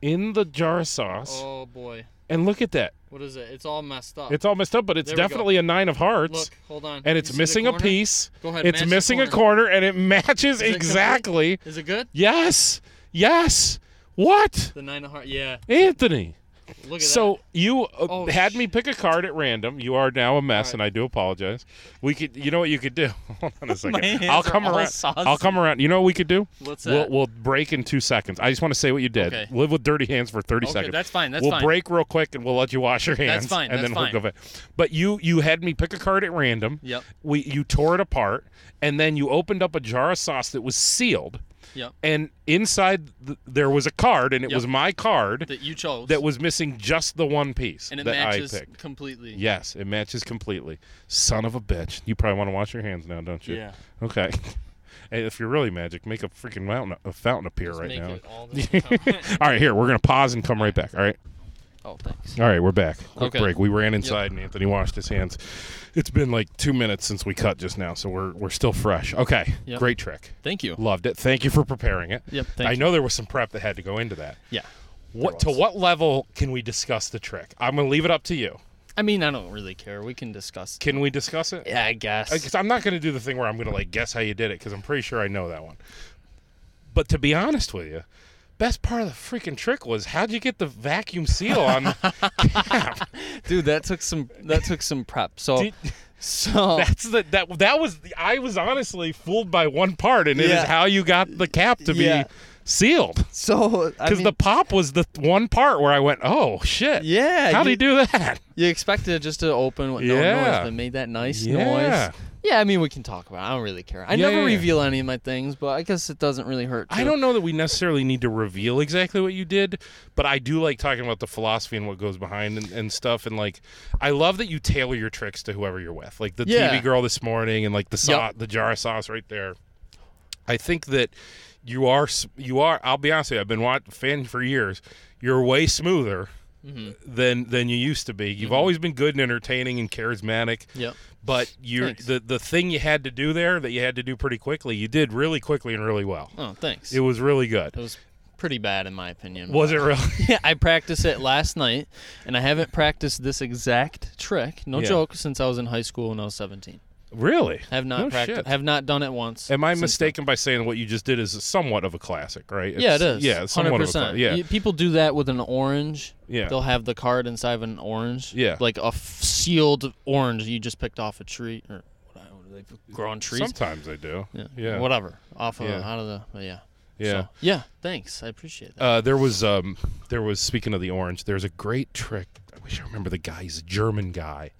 [SPEAKER 1] In the jar of sauce,
[SPEAKER 2] Oh boy.
[SPEAKER 1] and look at that.
[SPEAKER 2] What is it? It's all messed up.
[SPEAKER 1] It's all messed up, but it's
[SPEAKER 2] There we go.
[SPEAKER 1] definitely a nine of hearts,
[SPEAKER 2] Look, hold on.
[SPEAKER 1] and
[SPEAKER 2] You
[SPEAKER 1] it's
[SPEAKER 2] see the
[SPEAKER 1] missing a
[SPEAKER 2] corner?
[SPEAKER 1] piece.
[SPEAKER 2] Go ahead.
[SPEAKER 1] It's
[SPEAKER 2] match the
[SPEAKER 1] missing a corner and it matches
[SPEAKER 2] complete?
[SPEAKER 1] exactly.
[SPEAKER 2] Is it good?
[SPEAKER 1] Yes. Yes. What?
[SPEAKER 2] The nine of heart. Yeah.
[SPEAKER 1] Anthony.
[SPEAKER 2] Look at that.
[SPEAKER 1] So you uh,
[SPEAKER 2] Oh,
[SPEAKER 1] had
[SPEAKER 2] sh-
[SPEAKER 1] me pick a card at random. You are now a mess
[SPEAKER 2] Alright.
[SPEAKER 1] and I do apologize. We could you know what you could do? Hold on a second.
[SPEAKER 2] hands
[SPEAKER 1] I'll
[SPEAKER 2] are
[SPEAKER 1] come
[SPEAKER 2] all
[SPEAKER 1] around. I'll
[SPEAKER 2] saucy.
[SPEAKER 1] come around. You know what we could do?
[SPEAKER 2] What's
[SPEAKER 1] We'll,
[SPEAKER 2] that?
[SPEAKER 1] we'll break in 2 seconds. I just want to say what you did.
[SPEAKER 2] Okay.
[SPEAKER 1] Live with dirty hands for 30
[SPEAKER 2] okay,
[SPEAKER 1] seconds.
[SPEAKER 2] that's fine. That's
[SPEAKER 1] we'll
[SPEAKER 2] fine.
[SPEAKER 1] break real quick and we'll let you wash your hands
[SPEAKER 2] fine,
[SPEAKER 1] and
[SPEAKER 2] that's
[SPEAKER 1] then
[SPEAKER 2] fine.
[SPEAKER 1] we'll go back. But you you had me pick a card at random.
[SPEAKER 2] Yep.
[SPEAKER 1] We you tore it apart and then you opened up a jar of sauce that was sealed
[SPEAKER 2] Yep.
[SPEAKER 1] and inside th- there was a card and it
[SPEAKER 2] Yep.
[SPEAKER 1] was my card
[SPEAKER 2] That you chose.
[SPEAKER 1] that was missing just the one piece
[SPEAKER 2] and it
[SPEAKER 1] that
[SPEAKER 2] matches
[SPEAKER 1] I picked.
[SPEAKER 2] completely.
[SPEAKER 1] Yes, it matches completely. Son of a bitch. You probably want to wash your hands now, don't you?
[SPEAKER 2] Yeah.
[SPEAKER 1] Okay. Hey, if you're really magic, make a freaking mountain a fountain appear
[SPEAKER 2] Just
[SPEAKER 1] right
[SPEAKER 2] make
[SPEAKER 1] now.
[SPEAKER 2] it all the-
[SPEAKER 1] all right, here we're gonna pause and come right back. All right,
[SPEAKER 2] oh, thanks.
[SPEAKER 1] all right, we're back. Quick
[SPEAKER 2] Okay.
[SPEAKER 1] break. We ran inside and Anthony washed his hands. It's been like two minutes since we cut just now, so we're we're still fresh. Okay,
[SPEAKER 2] Yep.
[SPEAKER 1] great trick.
[SPEAKER 2] Thank you.
[SPEAKER 1] Loved it. Thank you for preparing it.
[SPEAKER 2] Yep, thank
[SPEAKER 1] I
[SPEAKER 2] you.
[SPEAKER 1] know there was some prep that had to go into that.
[SPEAKER 2] Yeah.
[SPEAKER 1] What to what level can we discuss the trick? I'm gonna leave it up to you.
[SPEAKER 2] I mean, I don't really care. We can discuss.
[SPEAKER 1] Can we discuss it?
[SPEAKER 2] Yeah, I guess.
[SPEAKER 1] Because I'm not gonna do the thing where I'm gonna like guess how you did it because I'm pretty sure I know that one. But to be honest with you, best part of the freaking trick was how'd you get the vacuum seal on? the-
[SPEAKER 2] Dude, that took some. That took some prep. So.
[SPEAKER 1] Did-
[SPEAKER 2] so.
[SPEAKER 1] That's the that that was the, I was honestly fooled by one part, and it is
[SPEAKER 2] Yeah.
[SPEAKER 1] how you got the cap to
[SPEAKER 2] Yeah.
[SPEAKER 1] be sealed
[SPEAKER 3] So I
[SPEAKER 1] because
[SPEAKER 3] mean,
[SPEAKER 1] the pop was the th- one part where I went, oh shit,
[SPEAKER 2] Yeah,
[SPEAKER 1] how'd
[SPEAKER 2] you,
[SPEAKER 1] he do that?
[SPEAKER 2] You expected it just to open with no
[SPEAKER 1] Yeah.
[SPEAKER 2] noise, but made that nice
[SPEAKER 1] Yeah.
[SPEAKER 2] noise. Yeah, I mean we can talk about. it. I don't really care. I
[SPEAKER 1] Yeah,
[SPEAKER 2] never
[SPEAKER 1] yeah, yeah.
[SPEAKER 2] reveal any of my things, but I guess it doesn't really hurt.
[SPEAKER 1] I
[SPEAKER 2] to-
[SPEAKER 1] don't know that we necessarily need to reveal exactly what you did, but I do like talking about the philosophy and what goes behind and, and stuff. And like, I love that you tailor your tricks to whoever you're with, like the
[SPEAKER 2] Yeah.
[SPEAKER 1] TV girl this morning, and like the sau
[SPEAKER 2] Yep.
[SPEAKER 1] the jar of sauce right there. I think that you are s- you are. I'll be honest with you. I've been watch, fan for years. You're way smoother.
[SPEAKER 2] Mm-hmm.
[SPEAKER 1] Than than you used to be. You've always been good and entertaining and charismatic.
[SPEAKER 2] Yep.
[SPEAKER 1] But you're
[SPEAKER 2] Thanks.
[SPEAKER 1] the the thing you had to do there that you had to do pretty quickly. You did really quickly and really well.
[SPEAKER 2] Oh, thanks.
[SPEAKER 1] It
[SPEAKER 2] It,
[SPEAKER 1] was really good.
[SPEAKER 2] was pretty bad in my opinion.
[SPEAKER 1] Was
[SPEAKER 2] but-
[SPEAKER 1] it really?
[SPEAKER 2] Yeah, I practiced it last night, and I haven't practiced this exact trick, no
[SPEAKER 1] Yeah.
[SPEAKER 2] joke, since I was in high school when I was 17.
[SPEAKER 1] really?
[SPEAKER 2] Have not
[SPEAKER 1] No
[SPEAKER 2] practiced.
[SPEAKER 1] shit.
[SPEAKER 2] Have not done it once.
[SPEAKER 1] Am I
[SPEAKER 2] since
[SPEAKER 1] mistaken by saying what you just did is somewhat of a classic, right?
[SPEAKER 2] then. Yeah, it
[SPEAKER 1] It's-
[SPEAKER 2] is.
[SPEAKER 1] Yeah, it's somewhat
[SPEAKER 2] hundred
[SPEAKER 1] of a cla-
[SPEAKER 2] percent.
[SPEAKER 1] Yeah.
[SPEAKER 2] You- people do that with an orange.
[SPEAKER 1] Yeah.
[SPEAKER 2] they'll have the card inside of an orange.
[SPEAKER 1] Yeah.
[SPEAKER 2] like a f- sealed orange you just picked off a tree or whatever they grow on trees.
[SPEAKER 1] Sometimes I do.
[SPEAKER 2] yeah.
[SPEAKER 1] yeah.
[SPEAKER 2] whatever off of
[SPEAKER 1] Yeah.
[SPEAKER 2] out of the but yeah.
[SPEAKER 1] Yeah.
[SPEAKER 2] So, yeah. Thanks, I appreciate that.
[SPEAKER 1] Uh, there was um, there was speaking of the orange. There's a great trick. I wish I remember the guy. He's a German guy,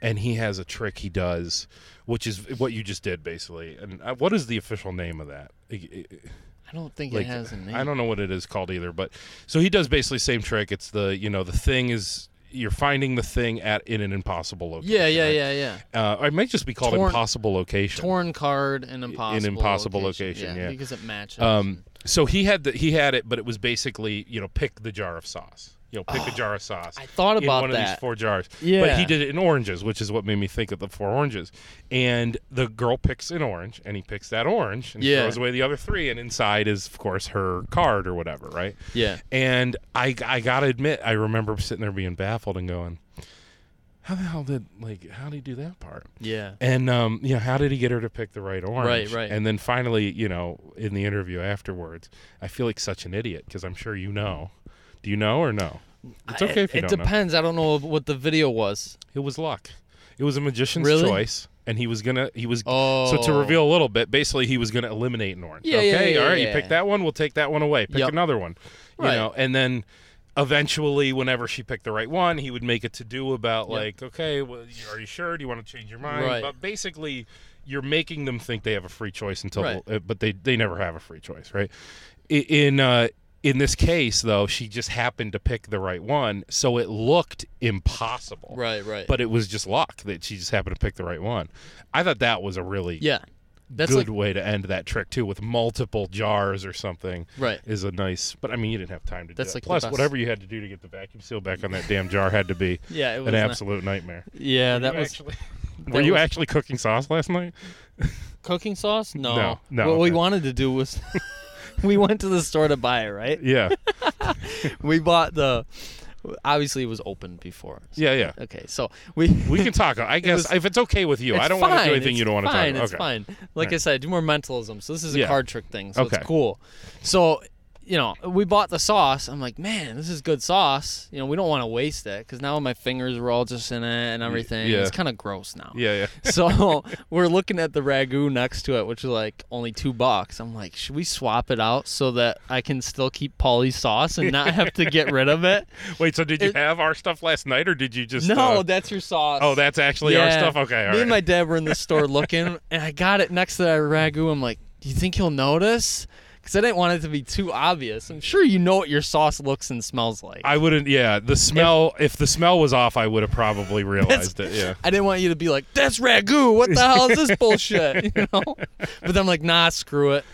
[SPEAKER 1] and he has a trick he does, which is what you just did basically. And uh, what is the official name of that? E, I- I-
[SPEAKER 2] I don't think
[SPEAKER 1] like
[SPEAKER 2] it has a name.
[SPEAKER 1] I don't know what it is called either, but so he does basically same trick. It's the you know the thing is you're finding the thing at in an impossible location.
[SPEAKER 2] Yeah, yeah,
[SPEAKER 1] right?
[SPEAKER 2] yeah, yeah.
[SPEAKER 1] Uh, it might just be called
[SPEAKER 2] Torn-
[SPEAKER 1] impossible location.
[SPEAKER 2] Torn card and impossible.
[SPEAKER 1] impossible location, yeah.
[SPEAKER 2] because it matches.
[SPEAKER 1] um, so he had the, he had it, but it was basically you know pick the jar of sauce. You know, pick a jar of sauce.
[SPEAKER 2] Ah, I thought
[SPEAKER 1] in
[SPEAKER 2] about
[SPEAKER 1] one of these
[SPEAKER 2] that.
[SPEAKER 1] four jars. But
[SPEAKER 2] Yeah.
[SPEAKER 1] he did it in oranges, which is what made me think of the four oranges. And the girl picks an orange, and he picks that orange, and
[SPEAKER 2] Yeah.
[SPEAKER 1] throws away the other three. And inside is, of course, her card or whatever, right?
[SPEAKER 2] yeah.
[SPEAKER 1] And I, I gotta admit, I remember sitting there being baffled and going, "How the hell did like how did he do that part?"
[SPEAKER 2] Yeah.
[SPEAKER 1] And um, you know, how did he get her to pick the right orange?
[SPEAKER 2] Right, right.
[SPEAKER 1] And then finally, you know, in the interview afterwards, I feel like such an idiot because I'm sure you know. Do you know or no? It's okay if you
[SPEAKER 2] it
[SPEAKER 1] don't know.
[SPEAKER 2] depends. I don't know what the video was.
[SPEAKER 1] It was luck. It was a magician's
[SPEAKER 2] Really?
[SPEAKER 1] choice, and he was gonna. He was
[SPEAKER 2] Oh.
[SPEAKER 1] so to reveal a little bit. Basically, he was gonna eliminate an orange.
[SPEAKER 2] Yeah, yeah,
[SPEAKER 1] okay,
[SPEAKER 2] yeah,
[SPEAKER 1] all right.
[SPEAKER 2] yeah.
[SPEAKER 1] You pick that one. We'll take that one away. Pick
[SPEAKER 2] Yep.
[SPEAKER 1] another one. You
[SPEAKER 2] Right.
[SPEAKER 1] know, and then eventually, whenever she picked the right one, he would make a to do about
[SPEAKER 2] Yep.
[SPEAKER 1] like, okay, well, are you sure? Do you want to change your mind?
[SPEAKER 2] Right.
[SPEAKER 1] But basically. You're making them think they have a free choice until,
[SPEAKER 2] Right.
[SPEAKER 1] uh, but they, they never have a free choice, right? I- In uh, in this case, though, she just happened to pick the right one, so it looked impossible
[SPEAKER 2] Right, right.
[SPEAKER 1] but it was just luck that she just happened to pick the right one. I thought that was a really
[SPEAKER 2] yeah, that's
[SPEAKER 1] good
[SPEAKER 2] like
[SPEAKER 1] way to end that trick too, with multiple jars or something.
[SPEAKER 2] right.
[SPEAKER 1] Is a nice, but I mean, you didn't have time to
[SPEAKER 2] That's
[SPEAKER 1] do that.
[SPEAKER 2] like the
[SPEAKER 1] Plus,
[SPEAKER 2] best.
[SPEAKER 1] whatever you had to do to get the vacuum seal back on that damn jar had to be
[SPEAKER 2] Yeah, it was
[SPEAKER 1] an
[SPEAKER 2] not-
[SPEAKER 1] absolute nightmare.
[SPEAKER 2] Yeah, that
[SPEAKER 1] You
[SPEAKER 2] was
[SPEAKER 1] actually,
[SPEAKER 2] that
[SPEAKER 1] were you
[SPEAKER 2] was-
[SPEAKER 1] actually cooking sauce last night?
[SPEAKER 2] cooking sauce. No,
[SPEAKER 1] No, no,
[SPEAKER 2] What we
[SPEAKER 1] okay.
[SPEAKER 2] wanted to do was, we went to the store to buy it. Right,
[SPEAKER 1] Yeah,
[SPEAKER 2] we bought the. Obviously, it was open before.
[SPEAKER 1] yeah, yeah.
[SPEAKER 2] Okay, so we.
[SPEAKER 1] We can talk. I guess
[SPEAKER 2] was-
[SPEAKER 1] if it's okay with you,
[SPEAKER 2] It's
[SPEAKER 1] I don't want to
[SPEAKER 2] fine,
[SPEAKER 1] do anything
[SPEAKER 2] it's
[SPEAKER 1] you don't want to talk
[SPEAKER 2] fine,
[SPEAKER 1] about.
[SPEAKER 2] It's
[SPEAKER 1] okay.
[SPEAKER 2] fine. Like I
[SPEAKER 1] Alright.
[SPEAKER 2] said, I do more mentalism. So this is a
[SPEAKER 1] Yeah.
[SPEAKER 2] card trick thing. So
[SPEAKER 1] Okay.
[SPEAKER 2] it's cool. So, you know, we bought the sauce. I'm like, man, this is good sauce. You know, we don't want to waste it because now my fingers were all just in it and everything.
[SPEAKER 1] yeah.
[SPEAKER 2] It's kind of gross now.
[SPEAKER 1] Yeah, yeah.
[SPEAKER 2] So we're looking at the ragu next to it, which is like only two bucks. I'm like, should we swap it out so that I can still keep Polly's sauce and not have to get rid of it?
[SPEAKER 1] Wait, so did you
[SPEAKER 2] It-
[SPEAKER 1] have our stuff last night, or did you just?
[SPEAKER 2] No,
[SPEAKER 1] uh,
[SPEAKER 2] that's your sauce.
[SPEAKER 1] oh, that's actually our stuff. Okay, all
[SPEAKER 2] Me
[SPEAKER 1] right.
[SPEAKER 2] and my dad were in the store looking, and I got it next to that ragu. I'm like, do you think he'll notice? Because I didn't want it to be too obvious. I'm sure you know what your sauce looks and smells like.
[SPEAKER 1] I wouldn't. Yeah, the smell. If, the smell was off, I would have probably realized it. Yeah.
[SPEAKER 2] I didn't want you to be like, that's ragu. What the hell is this bullshit? You know. But then I'm like, nah, screw it.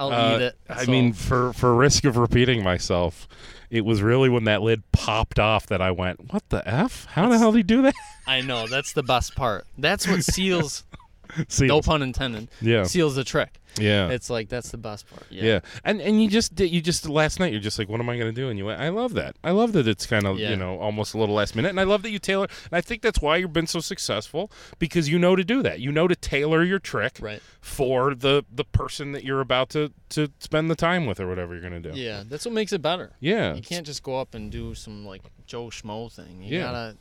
[SPEAKER 2] I'll
[SPEAKER 1] Uh,
[SPEAKER 2] eat it.
[SPEAKER 1] I
[SPEAKER 2] So-
[SPEAKER 1] mean, for for risk of repeating myself, it was really when that lid popped off that I went, "What the f? How the hell did he do that?"
[SPEAKER 2] I know that's the best part. That's what seals.
[SPEAKER 1] See,
[SPEAKER 2] no pun intended.
[SPEAKER 1] Yeah.
[SPEAKER 2] Seals the trick.
[SPEAKER 1] yeah,
[SPEAKER 2] It's like that's the best part.
[SPEAKER 1] yeah, and and you just did. You just last night, you're just like, "What am I going to do?" And you went, "I love that. I love that it's kind of
[SPEAKER 2] Yeah.
[SPEAKER 1] you know almost a little last minute." And I love that you tailor. And I think that's why you've been so successful because you know to do that. You know to tailor your trick
[SPEAKER 2] Right.
[SPEAKER 1] for the the person that you're about to to spend the time with or whatever you're going to do.
[SPEAKER 2] Yeah. That's what makes it better.
[SPEAKER 1] Yeah.
[SPEAKER 2] You can't just go up and do some like Joe Schmo thing. You
[SPEAKER 1] Yeah.
[SPEAKER 2] gotta.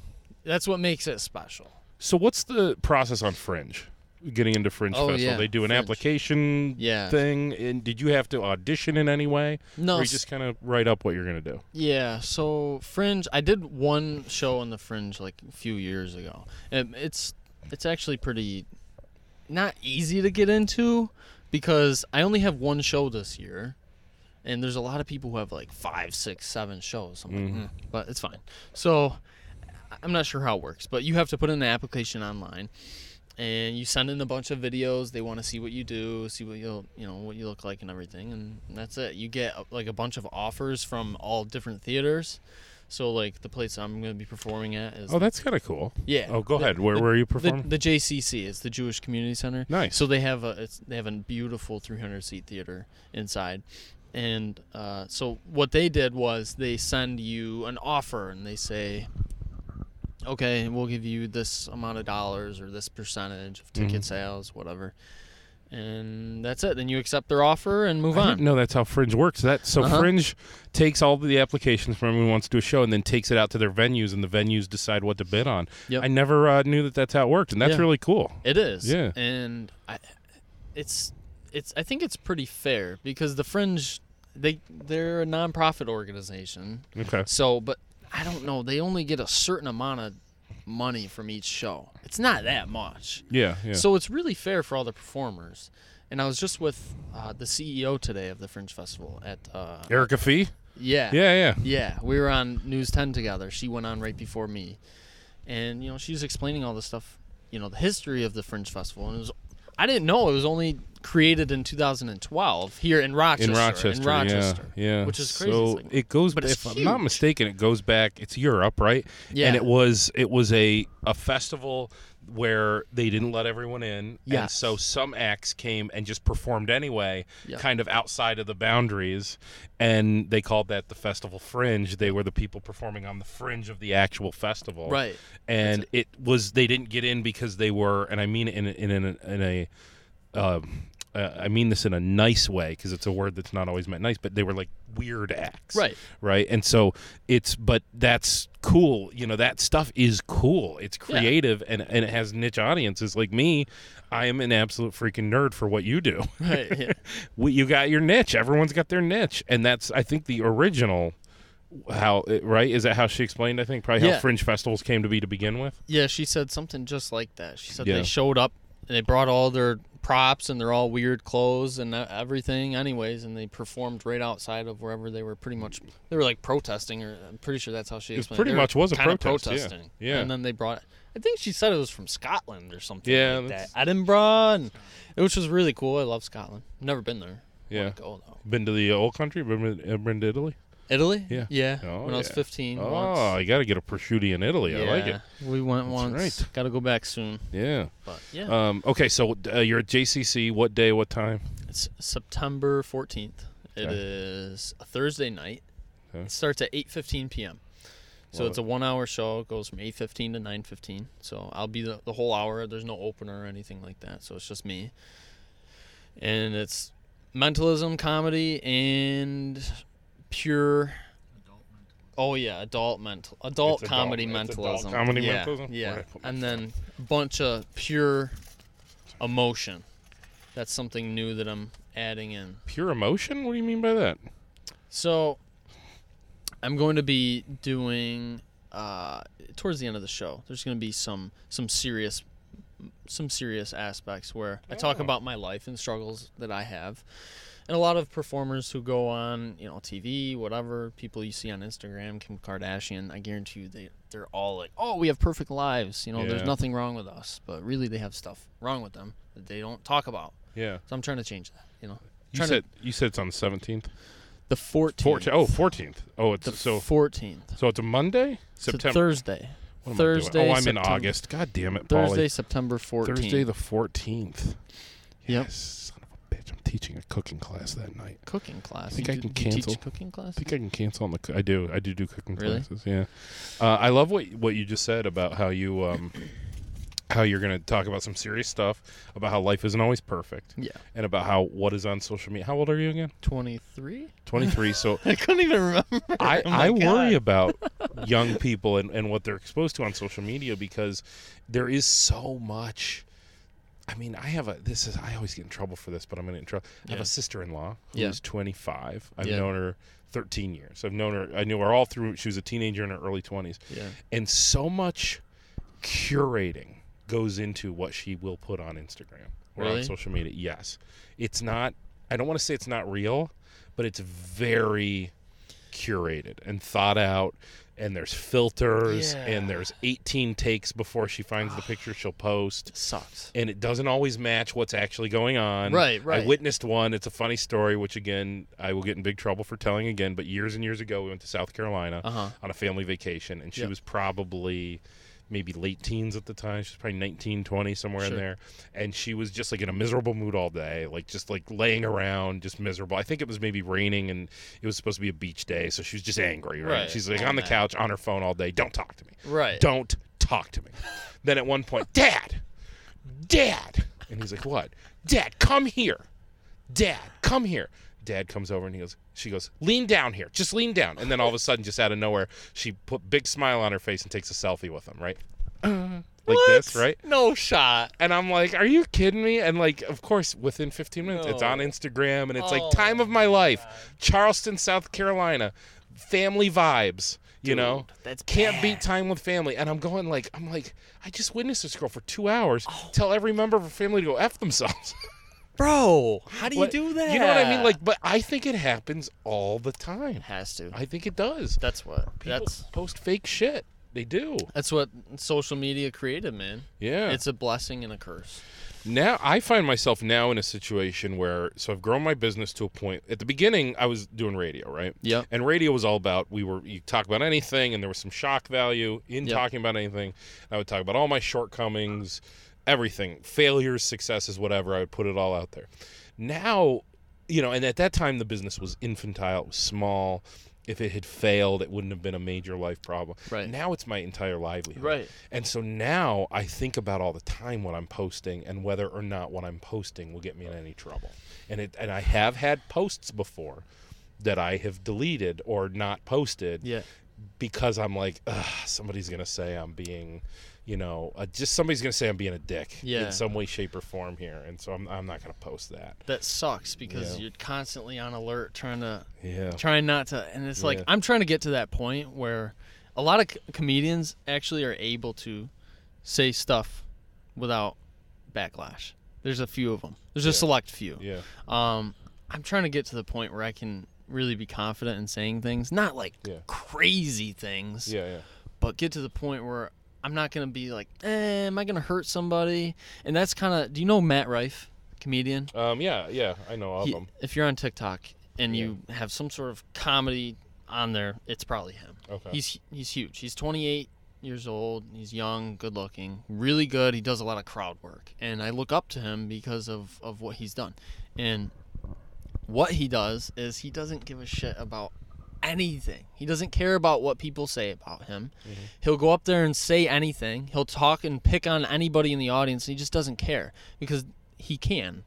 [SPEAKER 2] That's what makes it special.
[SPEAKER 1] So what's the process on Fringe? getting into Fringe
[SPEAKER 2] Oh,
[SPEAKER 1] Festival.
[SPEAKER 2] yeah,
[SPEAKER 1] They do an
[SPEAKER 2] Fringe.
[SPEAKER 1] application
[SPEAKER 2] Yeah.
[SPEAKER 1] thing. And did you have to audition in any way?
[SPEAKER 2] No,
[SPEAKER 1] Or you
[SPEAKER 2] s-
[SPEAKER 1] just kind of write up what you're going to do?
[SPEAKER 2] Yeah, so Fringe, I did one show on the Fringe like a few years ago. And it's it's actually pretty not easy to get into because I only have one show this year, and there's a lot of people who have like five, six, seven shows. I'm like, "Mm," but it's fine. So I- I'm not sure how it works, but you have to put in an application online, and you send in a bunch of videos. They want to see what you do, see what you'll you know what you look like and everything, and that's it. You get uh, like a bunch of offers from all different theaters. So like the place I'm going to be performing at is
[SPEAKER 1] Oh, that's kind of cool.
[SPEAKER 2] yeah.
[SPEAKER 1] Oh, go
[SPEAKER 2] the-
[SPEAKER 1] ahead. Where
[SPEAKER 2] the-
[SPEAKER 1] were you
[SPEAKER 2] the,
[SPEAKER 1] performing?
[SPEAKER 2] the JCC is the Jewish Community Center.
[SPEAKER 1] Nice.
[SPEAKER 2] So they have a it's, they have a beautiful 300 seat theater inside, and uh, so what they did was they send you an offer and they say, okay, we'll give you this amount of dollars or this percentage of
[SPEAKER 1] Mm-hmm.
[SPEAKER 2] ticket sales, whatever, and that's it. Then you accept their offer and move
[SPEAKER 1] I
[SPEAKER 2] on.
[SPEAKER 1] didn't know that's how Fringe works. That so
[SPEAKER 2] Uh-huh.
[SPEAKER 1] Fringe takes all the applications from everyone who wants to do a show and then takes it out to their venues, and the venues decide what to bid on.
[SPEAKER 2] Yep.
[SPEAKER 1] I never uh, knew that that's how it worked, and that's
[SPEAKER 2] Yeah.
[SPEAKER 1] really cool.
[SPEAKER 2] It is.
[SPEAKER 1] Yeah.
[SPEAKER 2] And I, it's it's I think it's pretty fair because the fringe they they're a nonprofit organization.
[SPEAKER 1] Okay.
[SPEAKER 2] So, but I don't know, they only get a certain amount of money from each show. It's not that much.
[SPEAKER 1] Yeah. Yeah.
[SPEAKER 2] So it's really fair for all the performers. And I was just with uh, the CEO today of the Fringe Festival at uh,
[SPEAKER 1] Erica Fee.
[SPEAKER 2] yeah.
[SPEAKER 1] Yeah. Yeah.
[SPEAKER 2] Yeah, we were on News 10 together. She went on right before me. And, you know, she was explaining all the stuff, you know, the history of the Fringe Festival. And it was, I didn't know it was only created in 2012 here in Rochester.
[SPEAKER 1] In Rochester,
[SPEAKER 2] In Rochester.
[SPEAKER 1] yeah, yeah,
[SPEAKER 2] Which is crazy.
[SPEAKER 1] So
[SPEAKER 2] It's like-
[SPEAKER 1] it goes,
[SPEAKER 2] but
[SPEAKER 1] if
[SPEAKER 2] it's
[SPEAKER 1] I'm not
[SPEAKER 2] huge.
[SPEAKER 1] mistaken, it goes back. It's Europe, right?
[SPEAKER 2] Yeah.
[SPEAKER 1] And it was it was a a festival where they didn't let everyone in, and
[SPEAKER 2] Yes.
[SPEAKER 1] so some acts came and just performed anyway,
[SPEAKER 2] Yeah.
[SPEAKER 1] kind of outside of the boundaries, and they called that the festival fringe. They were the people performing on the fringe of the actual festival,
[SPEAKER 2] Right.
[SPEAKER 1] And it was they didn't get in because they were, and I mean it in a, in a, in a um, uh, I mean this in a nice way because it's a word that's not always meant nice, but they were like weird acts,
[SPEAKER 2] Right.
[SPEAKER 1] Right, and so it's but that's cool. You know that stuff is cool. It's creative and and it has niche audiences like me. I am an absolute freaking nerd for what you do.
[SPEAKER 2] Right. Yeah.
[SPEAKER 1] We, you got your niche. Everyone's got their niche, and that's I think the original. How it- right is that how she explained? I think probably how
[SPEAKER 2] Yeah.
[SPEAKER 1] fringe festivals came to be to begin with.
[SPEAKER 2] Yeah, she said something just like that. She said
[SPEAKER 1] Yeah.
[SPEAKER 2] they showed up and they brought all their props and they're all weird clothes and e- everything anyways and they performed right outside of wherever they were pretty much they were like protesting or I'm pretty sure that's how she explained it.
[SPEAKER 1] pretty
[SPEAKER 2] They were
[SPEAKER 1] much was a
[SPEAKER 2] kinda
[SPEAKER 1] protest, yeah.
[SPEAKER 2] protesting.
[SPEAKER 1] Yeah.
[SPEAKER 2] And then they brought I think she said it was from Scotland or something
[SPEAKER 1] Yeah,
[SPEAKER 2] like that.
[SPEAKER 1] that's-
[SPEAKER 2] Edinburgh and, which was really cool. I love Scotland. Never been there.
[SPEAKER 1] Yeah.
[SPEAKER 2] Wanna go though.
[SPEAKER 1] Been to the old country, been, been to Italy.
[SPEAKER 2] Italy?
[SPEAKER 1] Yeah.
[SPEAKER 2] Yeah.
[SPEAKER 1] Oh,
[SPEAKER 2] when I was
[SPEAKER 1] yeah.
[SPEAKER 2] 15
[SPEAKER 1] Oh,
[SPEAKER 2] once.
[SPEAKER 1] you got to get a prosciutto in Italy. I like it.
[SPEAKER 2] We went once.
[SPEAKER 1] right.
[SPEAKER 2] Got to go back soon.
[SPEAKER 1] Yeah.
[SPEAKER 2] But yeah.
[SPEAKER 1] Um, okay, so uh, you're at JCC. What day? What time?
[SPEAKER 2] It's September 14th. It is
[SPEAKER 1] Okay.
[SPEAKER 2] a Thursday night.
[SPEAKER 1] Okay.
[SPEAKER 2] It starts at 8:15 p.m. So
[SPEAKER 1] Love
[SPEAKER 2] it's a one-hour show. It goes from 8:15 to 9:15. So I'll be the, the whole hour. There's no opener or anything like that. So it's just me. And it's mentalism, comedy, and pure. Oh yeah, adult mental, adult
[SPEAKER 1] It's adult-
[SPEAKER 2] comedy
[SPEAKER 1] it's adult
[SPEAKER 2] mentalism,
[SPEAKER 1] comedy
[SPEAKER 2] yeah,
[SPEAKER 1] mentalism?
[SPEAKER 2] yeah,
[SPEAKER 1] Right.
[SPEAKER 2] and then a bunch of pure emotion. That's something new that I'm adding in.
[SPEAKER 1] Pure emotion? What do you mean by that?
[SPEAKER 2] So I'm going to be doing uh, towards the end of the show. There's going to be some some serious some serious aspects where I talk
[SPEAKER 1] Oh.
[SPEAKER 2] about my life and struggles that I have. And a lot of performers who go on, you know, TV, whatever, people you see on Instagram, Kim Kardashian, I guarantee you they they're all like, "Oh, we have perfect lives. You know,
[SPEAKER 1] Yeah.
[SPEAKER 2] there's nothing wrong with us." But really they have stuff wrong with them that they don't talk about.
[SPEAKER 1] Yeah.
[SPEAKER 2] So I'm trying to change that, you know.
[SPEAKER 1] You
[SPEAKER 2] Trying
[SPEAKER 1] said you said it's on the seventeenth.
[SPEAKER 2] to, the 14th.
[SPEAKER 1] Fourteenth. Oh, 14th. Oh, it's
[SPEAKER 2] the
[SPEAKER 1] so
[SPEAKER 2] 14th.
[SPEAKER 1] so it's a Monday,
[SPEAKER 2] to
[SPEAKER 1] September.
[SPEAKER 2] Thursday.
[SPEAKER 1] what am I doing?
[SPEAKER 2] Thursday.
[SPEAKER 1] Oh, I'm
[SPEAKER 2] September,
[SPEAKER 1] in August. God damn it, Paulie.
[SPEAKER 2] Thursday, September 14th.
[SPEAKER 1] Thursday the fourteenth.
[SPEAKER 2] Yep.
[SPEAKER 1] Yes, son of a bitch. I'm teaching a cooking class that night.
[SPEAKER 2] cooking class.
[SPEAKER 1] Think
[SPEAKER 2] you
[SPEAKER 1] I can
[SPEAKER 2] do- you
[SPEAKER 1] cancel.
[SPEAKER 2] Teach cooking class.
[SPEAKER 1] I think I can cancel on the. c- I do. I do do cooking
[SPEAKER 2] Really?
[SPEAKER 1] classes. Yeah, uh, I love what what you just said about how you um, how you're going to talk about some serious stuff about how life isn't always perfect,
[SPEAKER 2] Yeah.
[SPEAKER 1] and about how what is on social media. How old are you again?
[SPEAKER 2] 23?
[SPEAKER 1] Twenty three. So
[SPEAKER 2] I couldn't even remember.
[SPEAKER 1] I,
[SPEAKER 2] Oh my
[SPEAKER 1] I worry
[SPEAKER 2] God.
[SPEAKER 1] about young people and, and what they're exposed to on social media because there is so much I mean, I have a. This is. I always get in trouble for this, but I'm gonna get in trouble. I have
[SPEAKER 2] Yeah.
[SPEAKER 1] a sister-in-law who's
[SPEAKER 2] Yeah.
[SPEAKER 1] 25. I've
[SPEAKER 2] Yeah.
[SPEAKER 1] known her 13 years. I've known her. I knew her all through. She was a teenager in her early 20s,
[SPEAKER 2] Yeah.
[SPEAKER 1] and so much curating goes into what she will put on Instagram or on
[SPEAKER 2] Really?
[SPEAKER 1] social media. Yes, it's not. I don't want to say it's not real, but it's very curated and thought out. And there's filters, and
[SPEAKER 2] Yeah.
[SPEAKER 1] there's 18 takes before she finds the picture she'll post
[SPEAKER 2] Sucks.
[SPEAKER 1] and it doesn't always match what's actually going on.
[SPEAKER 2] Right, right.
[SPEAKER 1] I witnessed one. It's a funny story, which again I will get in big trouble for telling again. But years and years ago, we went to South Carolina
[SPEAKER 2] Uh huh.
[SPEAKER 1] on a family vacation, and she
[SPEAKER 2] Yep.
[SPEAKER 1] was probably maybe late teens at the time. She was probably 19, 20, somewhere in
[SPEAKER 2] Sure.
[SPEAKER 1] there, and she was just like in a miserable mood all day, like just like laying around, just miserable. I think it was maybe raining, and it was supposed to be a beach day, so she was just angry. Right?
[SPEAKER 2] Right.
[SPEAKER 1] She's like
[SPEAKER 2] All
[SPEAKER 1] on the
[SPEAKER 2] night.
[SPEAKER 1] couch on her phone all day. Don't talk to me
[SPEAKER 2] Right.
[SPEAKER 1] don't talk to me. Then at one point, Dad, Dad. And he's like, What? Dad, come here. Dad, come here. Dad comes over and he goes, She goes, Lean down here. Just lean down. And then all of a sudden, just out of nowhere, she put big smile on her face and takes a selfie with him, right? Like this,
[SPEAKER 2] Uh-huh. What?
[SPEAKER 1] right?
[SPEAKER 2] No shot.
[SPEAKER 1] And I'm like, Are you kidding me? And like, of course, within 15 minutes, it's
[SPEAKER 2] No.
[SPEAKER 1] on Instagram and it's
[SPEAKER 2] Oh,
[SPEAKER 1] like, Time of my life, Charleston, South Carolina, family vibes, you know?
[SPEAKER 2] That's
[SPEAKER 1] can't beat time with family and i'm going like i'm like i just witnessed this girl for two hours
[SPEAKER 2] Oh.
[SPEAKER 1] tell every member of her family to go f themselves
[SPEAKER 2] bro. How do
[SPEAKER 1] What-
[SPEAKER 2] you do that?
[SPEAKER 1] you know what i mean like but i think it happens all the time
[SPEAKER 2] has to.
[SPEAKER 1] i think it does
[SPEAKER 2] that's what.
[SPEAKER 1] People
[SPEAKER 2] That's
[SPEAKER 1] post fake shit they do
[SPEAKER 2] that's what social media created, man.
[SPEAKER 1] yeah
[SPEAKER 2] It's a blessing and a curse.
[SPEAKER 1] now i find myself now in a situation where so i've grown my business to a point at the beginning i was doing radio right
[SPEAKER 2] Yep.
[SPEAKER 1] And radio was all about we were you talk about anything, and there was some shock value in
[SPEAKER 2] Yep.
[SPEAKER 1] talking about anything. I would talk about all my shortcomings, everything, failures, successes, whatever. I would put it all out there. Now, you know, and at that time the business was infantile, it was small. If it had failed, it wouldn't have been a major life problem.
[SPEAKER 2] Right.
[SPEAKER 1] Now it's my entire livelihood.
[SPEAKER 2] Right.
[SPEAKER 1] And so now I think about all the time what I'm posting and whether or not what I'm posting will get me in any trouble. And it and I have had posts before that I have deleted or not posted
[SPEAKER 2] Yeah.
[SPEAKER 1] because I'm like, Ugh, somebody's gonna say I'm being, you know, uh, just somebody's gonna say I'm being a dick
[SPEAKER 2] Yeah.
[SPEAKER 1] in some way, shape, or form here, and so I'm I'm not gonna post that.
[SPEAKER 2] That sucks because
[SPEAKER 1] Yeah.
[SPEAKER 2] you're constantly on alert, trying to
[SPEAKER 1] Yeah.
[SPEAKER 2] trying not to and it's like
[SPEAKER 1] Yeah.
[SPEAKER 2] i'm trying to get to that point where a lot of c- comedians actually are able to say stuff without backlash there's a few of them there's a select few
[SPEAKER 1] Yeah.
[SPEAKER 2] um i'm trying to get to the point where i can really be confident in saying things not like
[SPEAKER 1] Yeah.
[SPEAKER 2] crazy things
[SPEAKER 1] Yeah. Yeah.
[SPEAKER 2] but get to the point where i'm not gonna be like eh, am i gonna hurt somebody and that's kind of do you know matt rife comedian
[SPEAKER 1] Um, yeah, yeah, I know of
[SPEAKER 2] he-
[SPEAKER 1] them.
[SPEAKER 2] If you're on TikTok and you have some sort of comedy on there, it's probably him.
[SPEAKER 1] Okay.
[SPEAKER 2] He's he's huge. He's 28 years old. He's young, good looking, really good. He does a lot of crowd work, and I look up to him because of of what he's done. And what he does is he doesn't give a shit about anything. He doesn't care about what people say about him. He'll go up there and say anything. He'll talk and pick on anybody in the audience. And he just doesn't care because he can.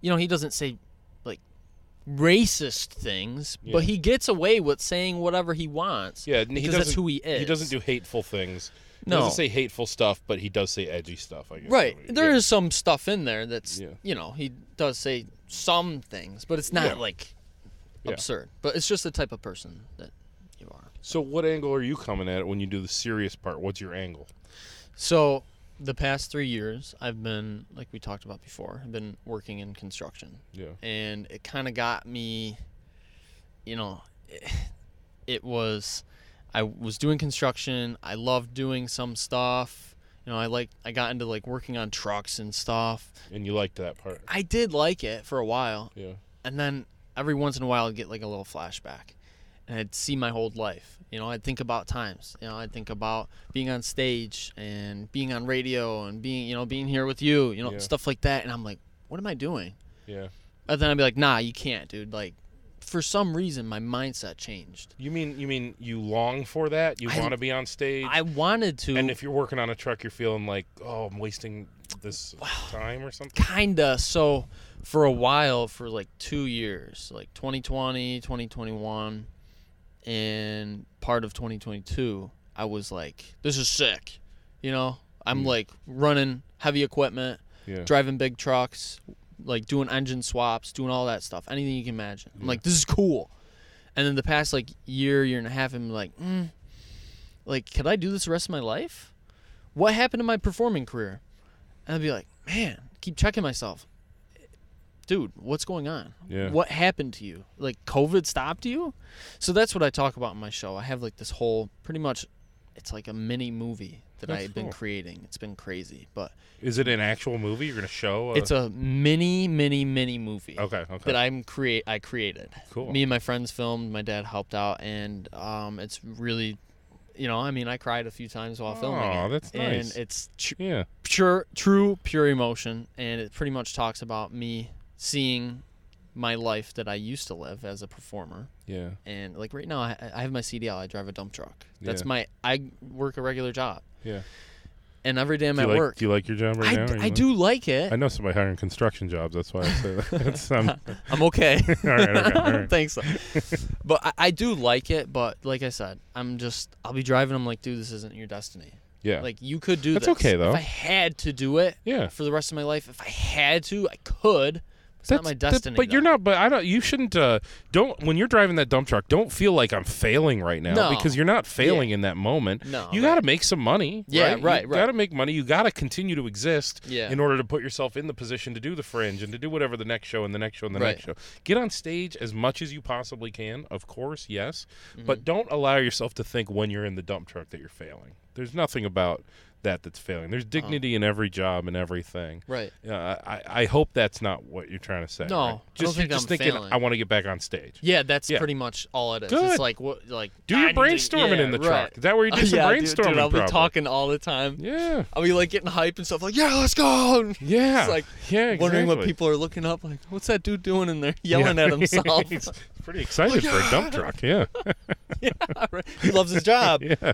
[SPEAKER 2] You know, he doesn't say like racist things, but
[SPEAKER 1] Yeah.
[SPEAKER 2] he gets away with saying whatever he wants.
[SPEAKER 1] Yeah, and he
[SPEAKER 2] because that's
[SPEAKER 1] doesn't-
[SPEAKER 2] who he is.
[SPEAKER 1] He doesn't do hateful things. He
[SPEAKER 2] No.
[SPEAKER 1] doesn't say hateful stuff, but he does say edgy stuff. I guess.
[SPEAKER 2] Right.
[SPEAKER 1] There
[SPEAKER 2] There
[SPEAKER 1] is.
[SPEAKER 2] is some stuff in there that's
[SPEAKER 1] Yeah.
[SPEAKER 2] you know, he does say some things, but it's not
[SPEAKER 1] Yeah.
[SPEAKER 2] like
[SPEAKER 1] Yeah.
[SPEAKER 2] absurd. But it's just the type of person that you are.
[SPEAKER 1] So, what angle are you coming at it when you do the serious part? What's your angle?
[SPEAKER 2] So the past three years, I've been like we talked about before. I've been working in construction,
[SPEAKER 1] Yeah.
[SPEAKER 2] and it kind of got me. You know, it was I was doing construction. I loved doing some stuff. You know, I like I got into like working on trucks and stuff.
[SPEAKER 1] And you liked that part.
[SPEAKER 2] I did like it for a while,
[SPEAKER 1] Yeah.
[SPEAKER 2] and then every once in a while I'd get like a little flashback and I'd see my whole life. You know, I'd think about times. You know, I'd think about being on stage and being on radio and being, you know, being here with you, you know,
[SPEAKER 1] Yeah.
[SPEAKER 2] stuff like that. And I'm like, what am I doing?
[SPEAKER 1] Yeah.
[SPEAKER 2] And then I'd be like, nah, you can't, dude. Like, for some reason, my mindset changed.
[SPEAKER 1] You mean you mean you long for that? You
[SPEAKER 2] I-
[SPEAKER 1] want to be on stage?
[SPEAKER 2] I wanted to
[SPEAKER 1] and if you're working on a truck, you're feeling like, oh, I'm wasting this time or something.
[SPEAKER 2] kinda so for a while for like two years like 2020 2021 and part of 2022 i was like this is sick you know i'm like running heavy
[SPEAKER 1] Mm.
[SPEAKER 2] equipment
[SPEAKER 1] Yeah.
[SPEAKER 2] driving big trucks, like doing engine swaps, doing all that stuff, anything you can imagine. I'm like, this is cool. And then the past like year, year and a half, I'm like, mm, like, could I do this the rest of my life? What happened to my performing career? And I'd be like, man, keep checking myself. Dude, what's going on?
[SPEAKER 1] Yeah.
[SPEAKER 2] What happened to you? Like COVID stopped you? So that's what I talk about in my show. I have like this whole pretty much it's like a mini movie that
[SPEAKER 1] That's
[SPEAKER 2] I've been
[SPEAKER 1] cool.
[SPEAKER 2] creating. It's been crazy, but
[SPEAKER 1] Is it an actual movie? You're gonna show?
[SPEAKER 2] it's a mini, mini, mini movie.
[SPEAKER 1] okay. Okay.
[SPEAKER 2] That I'm create. I created.
[SPEAKER 1] Cool.
[SPEAKER 2] Me and my friends filmed. My dad helped out, and um, it's really, you know, I mean, I cried a few times while filming.
[SPEAKER 1] Aw,
[SPEAKER 2] it,
[SPEAKER 1] that's nice.
[SPEAKER 2] And it's tr-
[SPEAKER 1] yeah.
[SPEAKER 2] pure, true, pure emotion, and it pretty much talks about me seeing my life that I used to live as a performer.
[SPEAKER 1] Yeah.
[SPEAKER 2] And like right now, I, I have my CDL. I drive a dump truck. That's
[SPEAKER 1] Yeah.
[SPEAKER 2] my. I work a regular job,
[SPEAKER 1] Yeah.
[SPEAKER 2] and every day I'm
[SPEAKER 1] Do you
[SPEAKER 2] at
[SPEAKER 1] like,
[SPEAKER 2] work.
[SPEAKER 1] Do you like your job right
[SPEAKER 2] I,
[SPEAKER 1] now?
[SPEAKER 2] d-
[SPEAKER 1] or you
[SPEAKER 2] I
[SPEAKER 1] like-
[SPEAKER 2] do like it.
[SPEAKER 1] I know somebody hiring construction jobs. That's why I say that. That's, um, all
[SPEAKER 2] I'm okay.
[SPEAKER 1] right. Okay. All right.
[SPEAKER 2] Thanks. but I, I do like it. But like I said, I'm just I'll be driving. I'm like, dude, this isn't your destiny.
[SPEAKER 1] Yeah.
[SPEAKER 2] Like you could do
[SPEAKER 1] That's
[SPEAKER 2] this.
[SPEAKER 1] okay, though.
[SPEAKER 2] If I had to do it,
[SPEAKER 1] Yeah.
[SPEAKER 2] for the rest of my life, if I had to, I could. It's not my
[SPEAKER 1] that-
[SPEAKER 2] destiny.
[SPEAKER 1] but you're
[SPEAKER 2] though.
[SPEAKER 1] not. But I don't. You shouldn't. Uh, don't when you're driving that dump truck. Don't feel like I'm failing right now
[SPEAKER 2] No.
[SPEAKER 1] because you're not failing in that moment.
[SPEAKER 2] No,
[SPEAKER 1] you
[SPEAKER 2] right.
[SPEAKER 1] got to make some money.
[SPEAKER 2] Yeah,
[SPEAKER 1] right.
[SPEAKER 2] right,
[SPEAKER 1] You
[SPEAKER 2] right.
[SPEAKER 1] Got to make money. You got to continue to exist.
[SPEAKER 2] Yeah.
[SPEAKER 1] In order to put yourself in the position to do the fringe and to do whatever the next show and the next show and the next show. Get on stage as much as you possibly can. Of course, yes.
[SPEAKER 2] Mm-hmm.
[SPEAKER 1] But don't allow yourself to think when you're in the dump truck that you're failing. There's nothing about that that's failing. There's dignity in every job and everything.
[SPEAKER 2] Uh-huh. right.
[SPEAKER 1] Yeah, I, I- I hope that's not what you're trying to say.
[SPEAKER 2] No,
[SPEAKER 1] right?
[SPEAKER 2] I
[SPEAKER 1] just
[SPEAKER 2] don't
[SPEAKER 1] you're
[SPEAKER 2] think
[SPEAKER 1] just
[SPEAKER 2] I'm
[SPEAKER 1] thinking
[SPEAKER 2] failing.
[SPEAKER 1] I want to get back on stage.
[SPEAKER 2] Yeah, that's
[SPEAKER 1] Yeah.
[SPEAKER 2] pretty much all it is.
[SPEAKER 1] Good.
[SPEAKER 2] It's like what like
[SPEAKER 1] Do your
[SPEAKER 2] I need to-
[SPEAKER 1] brainstorming
[SPEAKER 2] yeah,
[SPEAKER 1] in the
[SPEAKER 2] right.
[SPEAKER 1] truck. Is that where you do some
[SPEAKER 2] yeah, dude,
[SPEAKER 1] brainstorming?
[SPEAKER 2] dude, I'll be
[SPEAKER 1] probably?
[SPEAKER 2] talking all the time.
[SPEAKER 1] Yeah,
[SPEAKER 2] I'll be like getting hype and stuff like, yeah, let's go.
[SPEAKER 1] yeah,
[SPEAKER 2] It's like
[SPEAKER 1] yeah. Exactly.
[SPEAKER 2] wondering what people are looking up like what's that dude doing in there yelling
[SPEAKER 1] Yeah.
[SPEAKER 2] at Oh, himself
[SPEAKER 1] He's pretty excited for a dump truck. Yeah,
[SPEAKER 2] Right. he loves his job
[SPEAKER 1] yeah.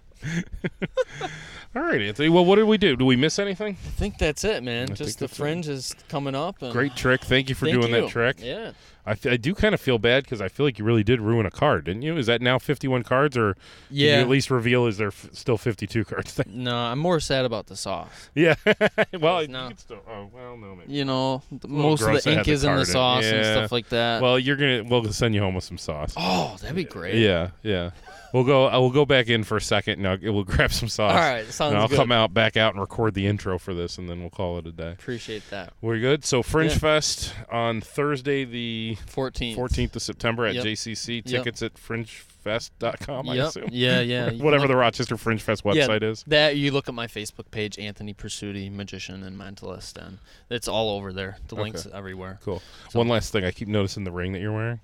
[SPEAKER 1] All right, Anthony. Well, what did we do? Do we miss anything?
[SPEAKER 2] i think that's it man
[SPEAKER 1] I think
[SPEAKER 2] just the
[SPEAKER 1] that's it.
[SPEAKER 2] fringe is coming up and
[SPEAKER 1] Great trick. Thank you for
[SPEAKER 2] Thank
[SPEAKER 1] doing
[SPEAKER 2] you.
[SPEAKER 1] that trick.
[SPEAKER 2] yeah
[SPEAKER 1] I, f- I do kind of feel bad because I feel like you really did ruin a card, didn't you? Is that now 51 cards, or did
[SPEAKER 2] Yeah.
[SPEAKER 1] you at least reveal is there f- still 52 cards?
[SPEAKER 2] no i'm more sad about the sauce
[SPEAKER 1] Yeah. well, you
[SPEAKER 2] No.
[SPEAKER 1] could still. Oh, well, no, maybe.
[SPEAKER 2] you know th- most of
[SPEAKER 1] gross
[SPEAKER 2] the
[SPEAKER 1] to have
[SPEAKER 2] ink
[SPEAKER 1] the
[SPEAKER 2] is in the
[SPEAKER 1] card in.
[SPEAKER 2] sauce and
[SPEAKER 1] Yeah.
[SPEAKER 2] stuff like that
[SPEAKER 1] Well, you're gonna. We'll send you home with some sauce.
[SPEAKER 2] oh that'd be great
[SPEAKER 1] Yeah, yeah. We'll go. I will go back in for a second, and I'll, we'll grab some sauce.
[SPEAKER 2] all right sounds
[SPEAKER 1] and I'll
[SPEAKER 2] good
[SPEAKER 1] come out back out and record the intro for this, and then we'll call it a day.
[SPEAKER 2] appreciate that
[SPEAKER 1] We're good. So Fringe
[SPEAKER 2] Yeah.
[SPEAKER 1] Fest on Thursday, the
[SPEAKER 2] 14
[SPEAKER 1] 14th of September at
[SPEAKER 2] Yep.
[SPEAKER 1] JCC.
[SPEAKER 2] Yep.
[SPEAKER 1] Tickets at fringefest.com. I
[SPEAKER 2] yep.
[SPEAKER 1] assume.
[SPEAKER 2] yeah yeah You can
[SPEAKER 1] Whatever
[SPEAKER 2] look-
[SPEAKER 1] the Rochester Fringe Fest website is.
[SPEAKER 2] that you look at my facebook page anthony pursuti magician and mentalist and it's all over there the links everywhere
[SPEAKER 1] Cool. One last thing, I keep noticing the ring that you're wearing,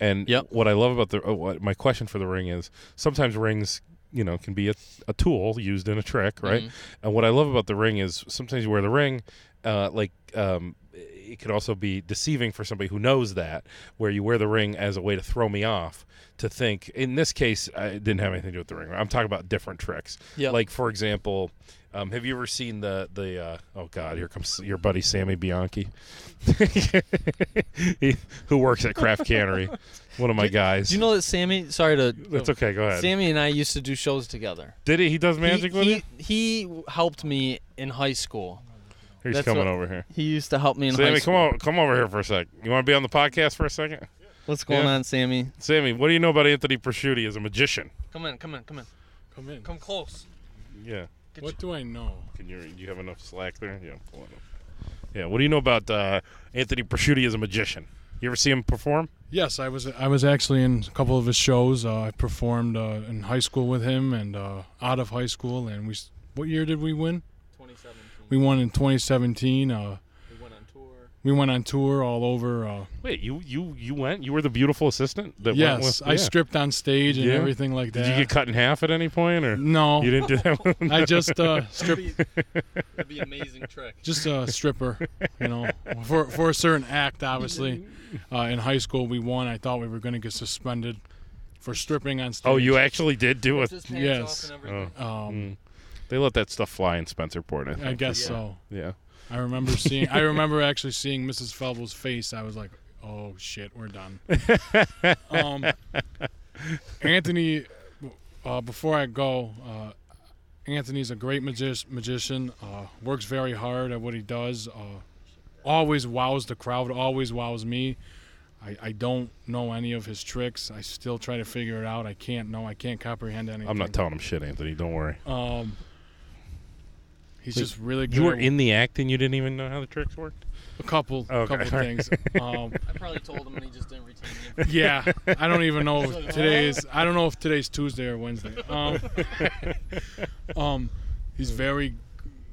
[SPEAKER 1] and
[SPEAKER 2] Yep.
[SPEAKER 1] what I love about the oh, what my question for the ring is sometimes rings you know can be a, a tool used in a trick, right?
[SPEAKER 2] Mm-hmm.
[SPEAKER 1] And what I love about the ring is sometimes you wear the ring, uh, like um, it could also be deceiving for somebody who knows that, where you wear the ring as a way to throw me off. To think in this case, I it didn't have anything to do with the ring. I'm talking about different tricks.
[SPEAKER 2] Yep.
[SPEAKER 1] Like for example, um, have you ever seen the the? Uh, oh God, here comes your buddy Sammy Bianchi, He- who works at Craft Cannery. One of my guys.
[SPEAKER 2] Do you know that Sammy? Sorry to.
[SPEAKER 1] That's okay. Go ahead.
[SPEAKER 2] Sammy and I used to do shows together.
[SPEAKER 1] Did he? He does magic
[SPEAKER 2] he,
[SPEAKER 1] with
[SPEAKER 2] he,
[SPEAKER 1] you.
[SPEAKER 2] he helped me in high school.
[SPEAKER 1] He's
[SPEAKER 2] that's
[SPEAKER 1] coming
[SPEAKER 2] what-
[SPEAKER 1] over here.
[SPEAKER 2] He used to help me in high
[SPEAKER 1] Sammy,
[SPEAKER 2] school.
[SPEAKER 1] come on, come over here for a sec. You want to be on the podcast for a second?
[SPEAKER 2] What's going
[SPEAKER 1] Yeah.
[SPEAKER 2] on, Sammy?
[SPEAKER 1] Sammy, what do you know about Anthony Prosciutti as a magician?
[SPEAKER 2] Come in, come in, come in.
[SPEAKER 3] Come in.
[SPEAKER 2] Come close.
[SPEAKER 1] Yeah.
[SPEAKER 3] What do I know?
[SPEAKER 1] Can you? Do you have enough slack there? Yeah. I'm pulling up. Yeah. What do you know about uh, Anthony Prosciutti as a magician? You ever see him perform?
[SPEAKER 3] Yes, I was I was actually in a couple of his shows. Uh, I performed uh, in high school with him and uh, out of high school. And we s- what year did we win?
[SPEAKER 2] 2017.
[SPEAKER 3] We won in 2017. Uh,
[SPEAKER 2] We went on tour.
[SPEAKER 3] we went on tour all over. Uh,
[SPEAKER 1] Wait, you you you went? You were the beautiful assistant that went
[SPEAKER 3] yes,
[SPEAKER 1] with.
[SPEAKER 3] I
[SPEAKER 1] yeah.
[SPEAKER 3] stripped on stage and
[SPEAKER 1] Yeah.
[SPEAKER 3] everything like that.
[SPEAKER 1] Did you get cut in half at any point, or
[SPEAKER 3] no,
[SPEAKER 1] you didn't do that? One?
[SPEAKER 3] I just uh, stripped.
[SPEAKER 2] That'd be amazing trick.
[SPEAKER 3] just a stripper, you know, for for a certain act. Obviously, uh, in high school we won. I thought we were going to get suspended for stripping on stage.
[SPEAKER 1] oh, you actually did do it.
[SPEAKER 2] Just
[SPEAKER 3] pants Yes. off and
[SPEAKER 1] everything.
[SPEAKER 3] Um,
[SPEAKER 1] Oh. Hmm. They let that stuff fly in Spencerport. I,
[SPEAKER 3] I
[SPEAKER 1] think.
[SPEAKER 3] guess
[SPEAKER 2] Yeah.
[SPEAKER 3] so.
[SPEAKER 1] Yeah.
[SPEAKER 3] I remember seeing. I remember actually seeing Mrs. Felble's face. I was like, "Oh shit, we're done." um, Anthony, uh, before I go, uh, Anthony's a great magi- magician. Uh, works very hard at what he does. Uh, always wows the crowd. Always wows me. I, I don't know any of his tricks. I still try to figure it out. I can't know. I can't comprehend anything.
[SPEAKER 1] I'm not telling him shit, Anthony. Don't worry.
[SPEAKER 3] Um, he's
[SPEAKER 1] Wait,
[SPEAKER 3] just really good.
[SPEAKER 1] You were
[SPEAKER 3] at
[SPEAKER 1] in the act and you didn't even know how the tricks worked.
[SPEAKER 3] a couple,
[SPEAKER 1] Okay.
[SPEAKER 3] couple things. Um,
[SPEAKER 2] I probably told him and he just didn't retain the information.
[SPEAKER 3] yeah, I don't even know if today's. I don't know if today's Tuesday or Wednesday. Um, um, he's very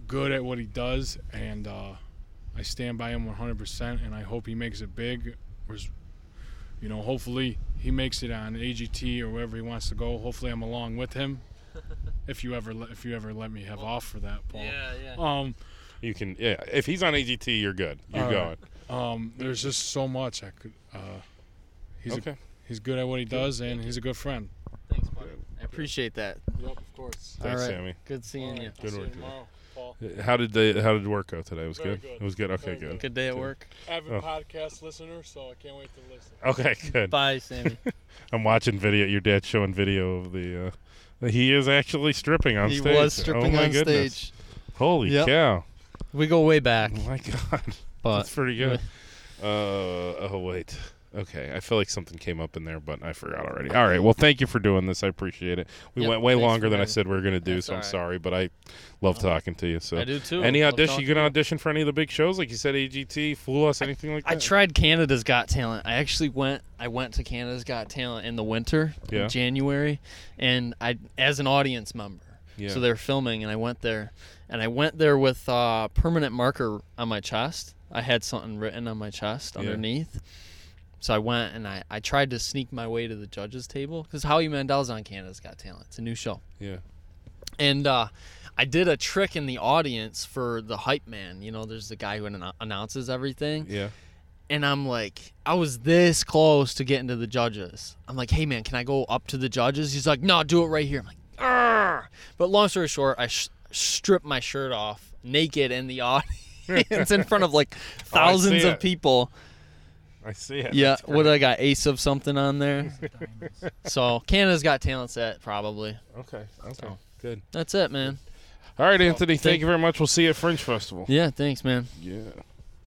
[SPEAKER 3] good at what he does, and uh, I stand by him 100%. And I hope he makes it big. Res- You know, hopefully he makes it on AGT or wherever he wants to go. Hopefully I'm along with him. If you ever, let, if you ever let me have off for that, Paul.
[SPEAKER 2] Yeah, yeah.
[SPEAKER 3] Um,
[SPEAKER 1] You can, yeah. If he's on AGT, you're good. You're
[SPEAKER 3] All
[SPEAKER 1] going.
[SPEAKER 3] right. um, there's just so much I could. Uh, he's
[SPEAKER 1] Okay.
[SPEAKER 3] a, he's good at what he does, and he's a good friend.
[SPEAKER 2] Thanks, buddy. I appreciate that.
[SPEAKER 3] Yep, of course.
[SPEAKER 1] Thanks,
[SPEAKER 2] All right.
[SPEAKER 1] Sammy.
[SPEAKER 2] Good seeing you.
[SPEAKER 1] Good work. today.
[SPEAKER 3] Paul.
[SPEAKER 1] How did they? How did work go today? It was
[SPEAKER 3] Very
[SPEAKER 1] good?
[SPEAKER 3] good.
[SPEAKER 1] It was good. Okay,
[SPEAKER 3] Very
[SPEAKER 1] good.
[SPEAKER 2] Good day at work.
[SPEAKER 3] Avid
[SPEAKER 1] Oh.
[SPEAKER 3] podcast listener, so I can't wait to listen.
[SPEAKER 1] Okay, good.
[SPEAKER 2] Bye, Sammy.
[SPEAKER 1] I'm watching video. Your dad's showing video of the. Uh, he is actually stripping on
[SPEAKER 2] he
[SPEAKER 1] stage.
[SPEAKER 2] was
[SPEAKER 1] oh,
[SPEAKER 2] stripping
[SPEAKER 1] my
[SPEAKER 2] on
[SPEAKER 1] goodness.
[SPEAKER 2] stage.
[SPEAKER 1] Holy
[SPEAKER 2] Yep.
[SPEAKER 1] cow!
[SPEAKER 2] We go way back,
[SPEAKER 1] Oh my god,
[SPEAKER 2] but
[SPEAKER 1] that's pretty good. Uh, oh wait. Okay, I feel like something came up in there, but I forgot already. All right, well, thank you for doing this. I appreciate it. We
[SPEAKER 2] Yep,
[SPEAKER 1] went way
[SPEAKER 2] thanks
[SPEAKER 1] longer
[SPEAKER 2] for
[SPEAKER 1] than I
[SPEAKER 2] having
[SPEAKER 1] said we were going to do,
[SPEAKER 2] That's
[SPEAKER 1] so I'm
[SPEAKER 2] all right.
[SPEAKER 1] sorry, but I love talking to you. So
[SPEAKER 2] I do too.
[SPEAKER 1] Any
[SPEAKER 2] Love
[SPEAKER 1] audition,
[SPEAKER 2] talking
[SPEAKER 1] you can
[SPEAKER 2] to you.
[SPEAKER 1] audition for any of the big shows, like you said, AGT, Fool Us, anything like that.
[SPEAKER 2] I tried Canada's Got Talent. I actually went. I went to Canada's Got Talent in the winter,
[SPEAKER 1] Yeah.
[SPEAKER 2] in January, and I as an audience member.
[SPEAKER 1] Yeah.
[SPEAKER 2] So they're filming, and I went there, and I went there with uh, permanent marker on my chest. I had something written on my chest underneath. So I went and I, I tried to sneak my way to the judges table because Howie Mandel's on Canada's Got Talent. It's a new show
[SPEAKER 1] Yeah.
[SPEAKER 2] and uh, I did a trick in the audience for the hype man. You know, there's the guy who anno- announces everything,
[SPEAKER 1] Yeah.
[SPEAKER 2] and I'm like, I was this close to getting to the judges. I'm like, hey man, can I go up to the judges? He's like, no, do it right here. I'm like, Arr! but long story short, I sh- stripped my shirt off, naked in the audience in front of like thousands of
[SPEAKER 1] Oh, it.
[SPEAKER 2] people.
[SPEAKER 1] I see it.
[SPEAKER 2] Yeah,
[SPEAKER 1] That's great.
[SPEAKER 2] what I got ace of something on there. so Canada's got talent set probably.
[SPEAKER 1] Okay. Okay.
[SPEAKER 2] So.
[SPEAKER 1] Good.
[SPEAKER 2] That's it, man.
[SPEAKER 1] All right, Anthony. Thank
[SPEAKER 2] thank-
[SPEAKER 1] you very much. We'll see you at Fringe Festival.
[SPEAKER 2] Yeah, thanks, man.
[SPEAKER 1] Yeah.